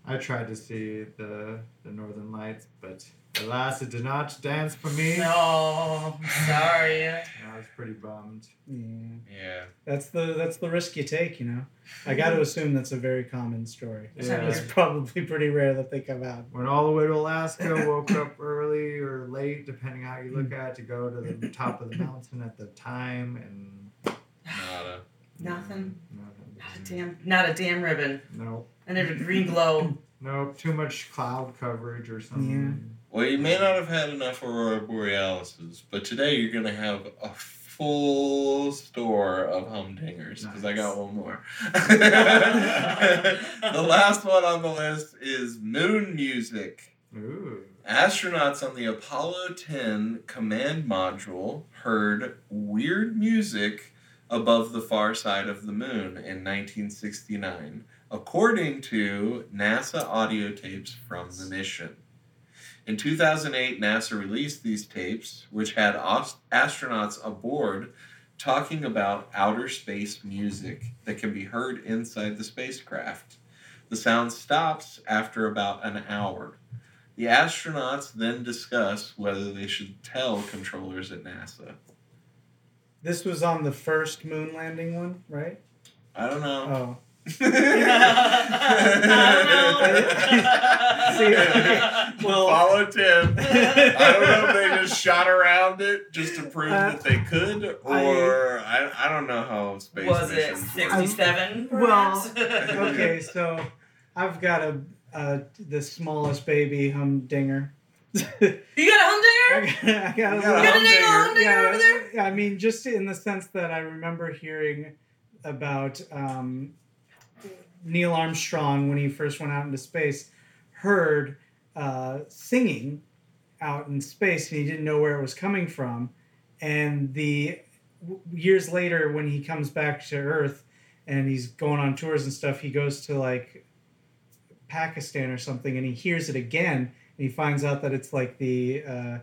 Speaker 4: I tried to see the the northern lights, but alas, it did not dance for me.
Speaker 3: no, I'm sorry.
Speaker 4: And I was pretty bummed.
Speaker 2: Yeah,
Speaker 1: Yeah.
Speaker 2: that's the that's the risk you take, you know. I got [laughs] to assume that's a very common story. It's
Speaker 4: Yeah.
Speaker 2: probably pretty rare that they come out.
Speaker 4: Went all the way to Alaska, woke up early or late, depending how you look at it, to go to the top of the mountain at the time and Mm,
Speaker 1: Nada.
Speaker 3: Nothing.
Speaker 4: Nothing.
Speaker 3: Not a damn. Not a damn ribbon.
Speaker 4: Nope.
Speaker 3: And it would green
Speaker 2: [laughs]
Speaker 3: glow. [laughs]
Speaker 4: Nope. Too much cloud coverage or something.
Speaker 1: Well you may not have had enough Aurora Borealises, but today you're gonna have a full store of humdingers because I got one more. [laughs] the last one on the list is moon music.
Speaker 4: Ooh.
Speaker 1: Astronauts on the Apollo 10 command module heard weird music above the far side of the moon in 1969, according to NASA audio tapes from the mission. In 2008, NASA released these tapes, which had os- astronauts aboard talking about outer space music that can be heard inside the spacecraft. The sound stops after about an hour. The astronauts then discuss whether they should tell controllers at NASA.
Speaker 2: This was on the first moon landing one, right?
Speaker 1: I don't [laughs] know.
Speaker 2: Oh,
Speaker 1: [laughs]
Speaker 3: [laughs] I
Speaker 2: See, okay. well,
Speaker 1: Follow Tim. I don't know if they just shot around it just to prove
Speaker 2: Uh,
Speaker 1: that they could, or I, I, don't know how space
Speaker 3: [laughs] Was it
Speaker 1: missions work.
Speaker 3: 67?
Speaker 2: Well,
Speaker 3: perhaps?
Speaker 2: Oh, okay, so I've got a uh, the smallest baby humdinger.
Speaker 3: [laughs]
Speaker 2: [laughs]
Speaker 3: You got a humdinger?
Speaker 2: I got, I got
Speaker 1: You
Speaker 2: a
Speaker 1: got a
Speaker 3: You got a
Speaker 2: little-
Speaker 3: name on
Speaker 1: humdinger.
Speaker 3: humdinger
Speaker 2: yeah,
Speaker 3: over there?
Speaker 2: yeah, I mean, just in the sense that I remember hearing about um, Neil Armstrong when he first went out into space, heard uh, singing out in space, and he didn't know where it was coming from. And the w- years later, when he comes back to Earth and he's going on tours and stuff, he goes to like Pakistan or something, and he hears it again, and he finds out that it's like the uh,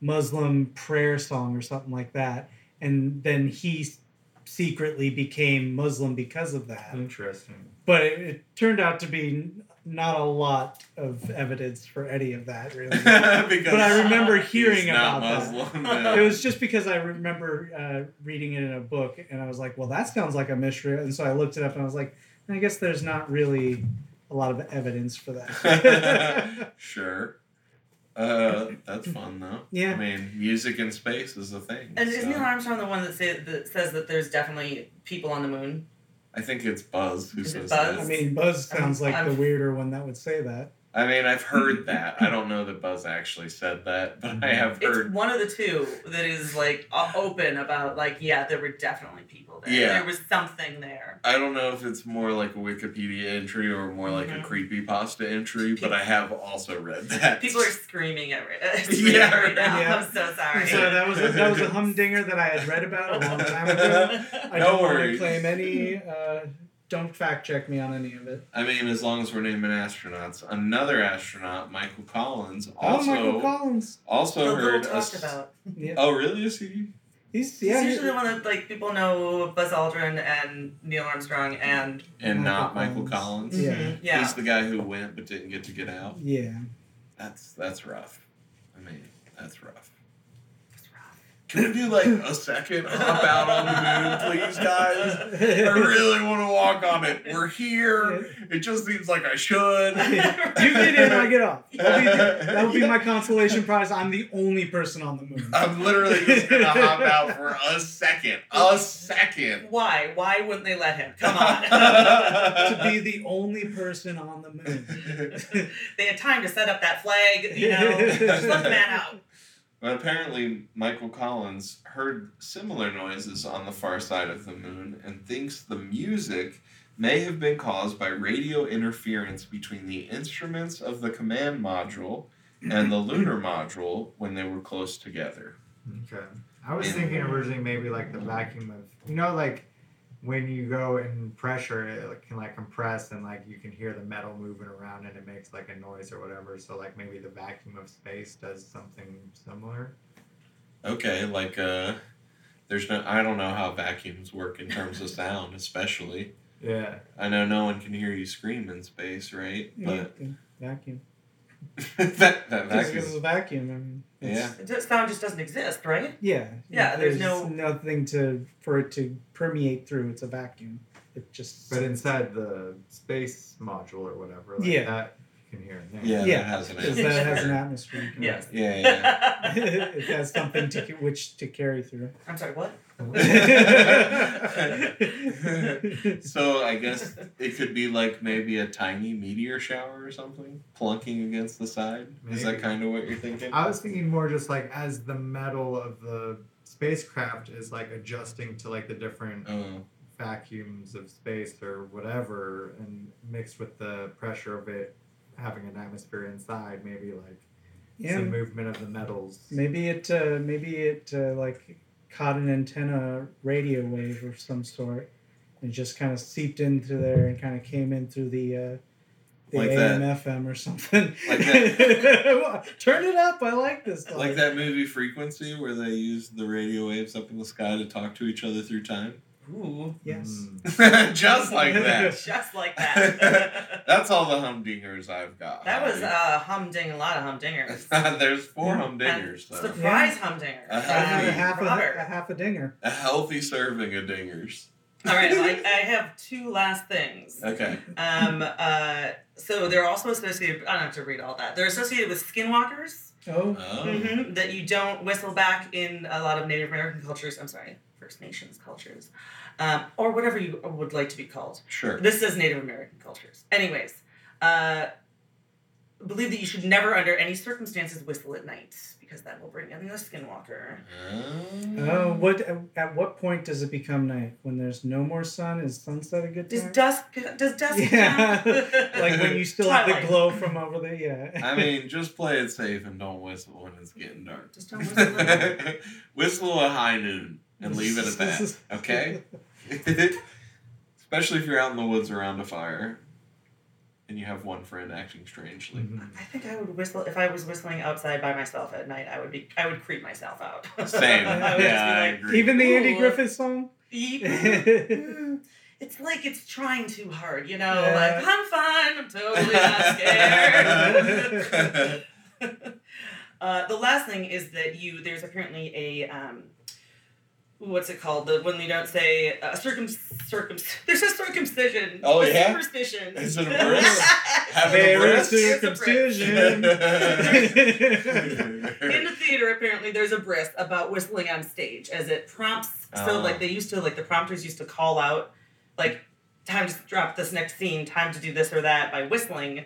Speaker 2: Muslim prayer song or something like that. And then he s- secretly became Muslim because of that.
Speaker 4: Interesting.
Speaker 2: But it, it turned out to be n- not a lot of evidence for any of
Speaker 1: [laughs]
Speaker 2: that really.
Speaker 1: because
Speaker 2: [laughs] but I remember
Speaker 1: he's
Speaker 2: hearing
Speaker 1: not
Speaker 2: about that.
Speaker 1: Muslim.
Speaker 2: It was just because I remember uh, reading it in a book, and I was like, "Well, that sounds like a mystery." And so I looked it up, and I was like, "I guess there's not really a lot of evidence
Speaker 1: [laughs]
Speaker 2: for that." [laughs]
Speaker 1: sure. Uh, that's fun though.
Speaker 2: Yeah.
Speaker 1: I mean, music in space is a thing.
Speaker 3: And is
Speaker 1: so.
Speaker 3: Neil Armstrong the one that, say, that says that there's definitely people on the moon?
Speaker 1: I think it's Buzz who
Speaker 3: Is it
Speaker 1: says
Speaker 3: Buzz?
Speaker 2: I
Speaker 1: that.
Speaker 2: mean, Buzz sounds like the
Speaker 3: I'm-
Speaker 2: weirder one that would say that.
Speaker 1: I mean, I've heard that. I don't know that Buzz actually said that, but I have
Speaker 3: It's
Speaker 1: heard.
Speaker 3: one of the two that is like o- open about like yeah, there were definitely people there.
Speaker 1: Yeah.
Speaker 3: There was something there.
Speaker 1: I don't know if it's more like a Wikipedia entry or more like a
Speaker 3: Mhm.
Speaker 1: creepy pasta entry, but I have also read that.
Speaker 3: People are screaming [laughs] at right,
Speaker 1: Yeah,
Speaker 3: yeah, right now.
Speaker 2: yeah.
Speaker 3: I'm so sorry.
Speaker 2: So that was a, that was a humdinger that I had read about a long
Speaker 1: [laughs]
Speaker 2: time ago.
Speaker 3: [laughs]
Speaker 2: I
Speaker 1: No
Speaker 2: don't want to
Speaker 1: worries.
Speaker 2: claim any. Uh, don't fact check me on any of it.
Speaker 1: I mean, as long as we're naming astronauts, another astronaut, Michael Collins, also
Speaker 2: oh, Michael Collins.
Speaker 1: also
Speaker 3: The little
Speaker 1: heard
Speaker 3: talked
Speaker 1: us.
Speaker 3: about.
Speaker 2: Yeah,
Speaker 1: Oh, really? Is he?
Speaker 2: he's
Speaker 3: Yeah,
Speaker 2: yeah.
Speaker 3: it's
Speaker 2: he-
Speaker 3: usually the one that like people know Buzz Aldrin and Neil Armstrong and
Speaker 1: And
Speaker 2: Michael
Speaker 1: not Michael
Speaker 2: Collins.
Speaker 1: Collins.
Speaker 2: Yeah.
Speaker 3: Mhm, yeah. [laughs]
Speaker 1: He's the guy who went but didn't get to get out. [laughs]
Speaker 2: yeah.
Speaker 1: That's that's rough. I mean, that's rough. Can we do like a second hop out on the moon, please, guys? I really want to walk on it. We're here. It just seems like I should.
Speaker 2: you get in, I get off. That'll be, that'll be my consolation prize. I'm the only person on the moon.
Speaker 1: I'm literally just gonna hop out for a second. A second.
Speaker 3: Why? Why wouldn't they let him?
Speaker 1: [laughs]
Speaker 3: Come [laughs] on.
Speaker 2: to
Speaker 1: on.
Speaker 2: be the only person on the moon.
Speaker 1: [laughs]
Speaker 3: they had time to set up that flag,
Speaker 2: [laughs]
Speaker 3: you know. Just let the man out.
Speaker 1: But apparently, Michael Collins heard similar noises on the far side of the moon and thinks the music may have been caused by radio interference between the instruments of the command module and the lunar module when they were close together.
Speaker 4: Okay. I was
Speaker 1: Yeah.
Speaker 4: thinking originally maybe like the vacuum of you know like when you go and pressure it, it can like compress and like you can hear the metal moving around and it makes like a noise or whatever. So like maybe the vacuum of space does something similar.
Speaker 1: Okay, like uh there's no I don't know how vacuums work in terms of sound, especially.
Speaker 4: Yeah.
Speaker 1: I know no one can hear you scream in space, right? But
Speaker 2: vacuum.
Speaker 1: [laughs] that, that
Speaker 2: Because it's a
Speaker 1: vacuum.
Speaker 2: vacuum. I mean, it's-
Speaker 3: It just- Sound just doesn't exist, right?
Speaker 2: yeah.
Speaker 3: Yeah, there's no-
Speaker 2: nothing to for it to permeate through. It's a vacuum. It just.
Speaker 4: But inside the space module or whatever, like
Speaker 2: Yeah.
Speaker 4: that you can hear in there.
Speaker 1: Yeah,
Speaker 2: Yeah,
Speaker 1: that has an
Speaker 2: because that has an
Speaker 1: atmosphere.
Speaker 2: atmosphere. you can- [laughs]
Speaker 1: Yeah,
Speaker 3: Yes.
Speaker 1: yeah.
Speaker 2: it has something to ca- which to carry through.
Speaker 3: [laughs]
Speaker 2: [laughs]
Speaker 3: I'm sorry, what?
Speaker 2: [laughs]
Speaker 1: so I guess it could be like maybe a tiny meteor shower or something plunking against the side. Is that
Speaker 4: Maybe.
Speaker 1: kind of what you're thinking?
Speaker 4: I was thinking more just like as the metal of the spacecraft is like adjusting to like the different
Speaker 1: Oh,
Speaker 4: vacuums of space or whatever and mixed with the pressure of it having an atmosphere inside maybe like
Speaker 2: yeah,
Speaker 4: some movement of the metals
Speaker 2: Maybe it uh, maybe it uh, like caught an antenna radio wave of some sort and just kind of seeped into there and kind of came in through the uh, the
Speaker 1: Like
Speaker 2: AM
Speaker 1: that.
Speaker 2: FM or something. [laughs]
Speaker 1: Like
Speaker 2: Well, Turn it up. I like this. Song.
Speaker 1: like that movie Frequency where they used the radio waves up in the sky to talk to each other through
Speaker 4: [laughs]
Speaker 1: time.
Speaker 3: Ooh.
Speaker 2: Yes.
Speaker 4: Mm.
Speaker 1: Just like that.
Speaker 3: Just
Speaker 1: [laughs]
Speaker 3: like that.
Speaker 1: That's all the humdingers I've got.
Speaker 3: that was
Speaker 1: Holly.
Speaker 3: uh, humding, a lot of humdingers.
Speaker 1: [laughs] There's four
Speaker 2: Yeah.
Speaker 1: humdingers
Speaker 3: And
Speaker 1: though.
Speaker 3: Surprise humdinger.
Speaker 1: I
Speaker 3: Um,
Speaker 2: I had
Speaker 1: Hey,
Speaker 2: a half a,
Speaker 3: Robert.
Speaker 2: a half a dinger.
Speaker 1: A healthy serving of dingers.
Speaker 3: All right, like, I have two last things. [laughs]
Speaker 1: Okay.
Speaker 3: Um, uh, so they're also associated. I don't have to read all that. They're associated with skinwalkers
Speaker 2: Oh,
Speaker 1: Oh.
Speaker 3: mhm, that you don't whistle back in a lot of Native American cultures. I'm sorry, First Nations cultures, um, or whatever you would like to be called.
Speaker 1: Sure.
Speaker 3: This is Native American cultures. Anyways, uh, believe that you should never, under any circumstances, whistle at night because that will bring in the skinwalker.
Speaker 2: oh. What at, at what point does it become night? When there's no more sun? Is sunset a good
Speaker 3: Does
Speaker 2: time?
Speaker 3: dusk? Does dusk?
Speaker 2: Yeah.
Speaker 3: count?
Speaker 2: like when you still have the
Speaker 3: Twilight.
Speaker 2: glow from over the yeah.
Speaker 1: I mean, just play it safe and don't whistle when it's getting dark.
Speaker 3: Just don't whistle at night.
Speaker 1: [laughs] whistle at high noon and leave
Speaker 2: [laughs]
Speaker 1: it at that. Okay.
Speaker 3: [laughs]
Speaker 1: [laughs] Especially if you're out in the woods around a fire and you have one friend acting strangely.
Speaker 4: Mhm.
Speaker 3: I think I would whistle if I was whistling outside by myself at night. I would be. I would creep myself out. [laughs]
Speaker 1: Same.
Speaker 3: I
Speaker 1: yeah, I
Speaker 3: would just be like,
Speaker 1: agree.
Speaker 2: Even the Andy
Speaker 3: Ooh.
Speaker 2: Griffith song.
Speaker 3: "Eep."
Speaker 2: yeah,
Speaker 3: Hmm. it's like it's trying too hard, you know?
Speaker 2: Yeah.
Speaker 3: Like, I'm fine, I'm totally
Speaker 1: [laughs]
Speaker 3: not scared. Uh, the last thing is that you there's apparently a um, what's it called the when you don't say uh, circum circum [laughs] there's a circumcision
Speaker 1: Oh,
Speaker 3: a
Speaker 1: yeah?
Speaker 3: superstition
Speaker 1: Is it a
Speaker 3: [laughs]
Speaker 1: verse? Have it
Speaker 3: Very
Speaker 1: a
Speaker 2: Very
Speaker 3: breasts. soon.
Speaker 1: verse?
Speaker 2: circumcision.
Speaker 1: [laughs]
Speaker 3: in the theater apparently there's a brisk about whistling on stage as it prompts so
Speaker 1: Ah.
Speaker 3: like they used to like the prompters used to call out like time to drop this next scene time to do this or that by whistling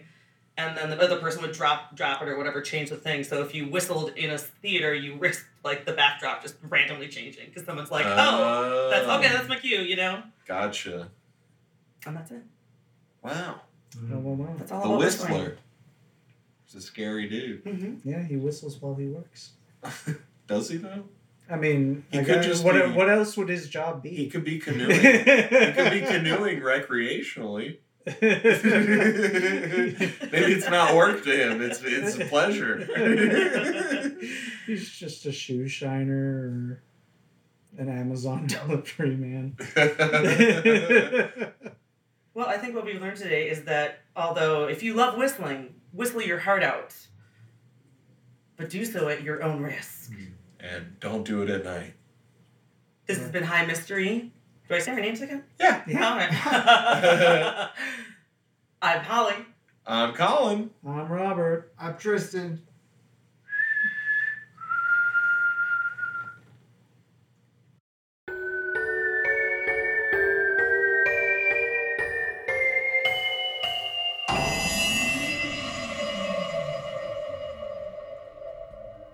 Speaker 3: and then the other person would drop drop it or whatever change the thing so if you whistled in a theater you [laughs] risked like the backdrop just randomly changing because someone's like oh that's okay that's my cue you know
Speaker 1: Gotcha.
Speaker 3: and that's it
Speaker 1: Wow.
Speaker 4: Mm-hmm.
Speaker 2: Oh, well, well.
Speaker 3: that's all
Speaker 1: The
Speaker 3: about
Speaker 1: Whistler. He's a scary dude.
Speaker 3: hmm
Speaker 2: Yeah, he whistles while he works.
Speaker 1: [laughs] Does he though?
Speaker 2: I mean,
Speaker 1: He
Speaker 2: I
Speaker 1: could
Speaker 2: guess-
Speaker 1: just
Speaker 2: what,
Speaker 1: be-
Speaker 2: what else would his job
Speaker 1: He
Speaker 2: be?
Speaker 1: could be canoeing. [laughs] he could be canoeing recreationally. [laughs] Maybe it's not work to him. It's it's a [laughs] pleasure.
Speaker 2: [laughs] He's just a shoe shiner or an Amazon [laughs]
Speaker 1: [laughs]
Speaker 2: delivery man. [laughs]
Speaker 3: well i think what we've learned today is that although if you love whistling whistle your heart out but do so at your own risk
Speaker 1: and don't do it at night.
Speaker 3: This has been High Mystery. Do I say our names again?
Speaker 1: Yeah.
Speaker 3: All right. [laughs] I'm Holly.
Speaker 1: I'm Colin.
Speaker 2: I'm Robert.
Speaker 4: I'm Tristan.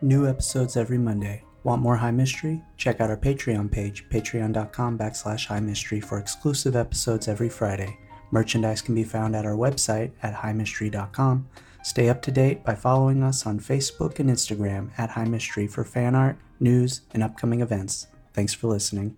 Speaker 7: New episodes every Monday. Want more High Mystery? Check out our Patreon page, patreon.com backslash High Mystery for exclusive episodes every Friday. Merchandise can be found at our website at highmystery.com. Stay up to date by following us on Facebook and Instagram at High Mystery for fan art, news, and upcoming events. Thanks for listening.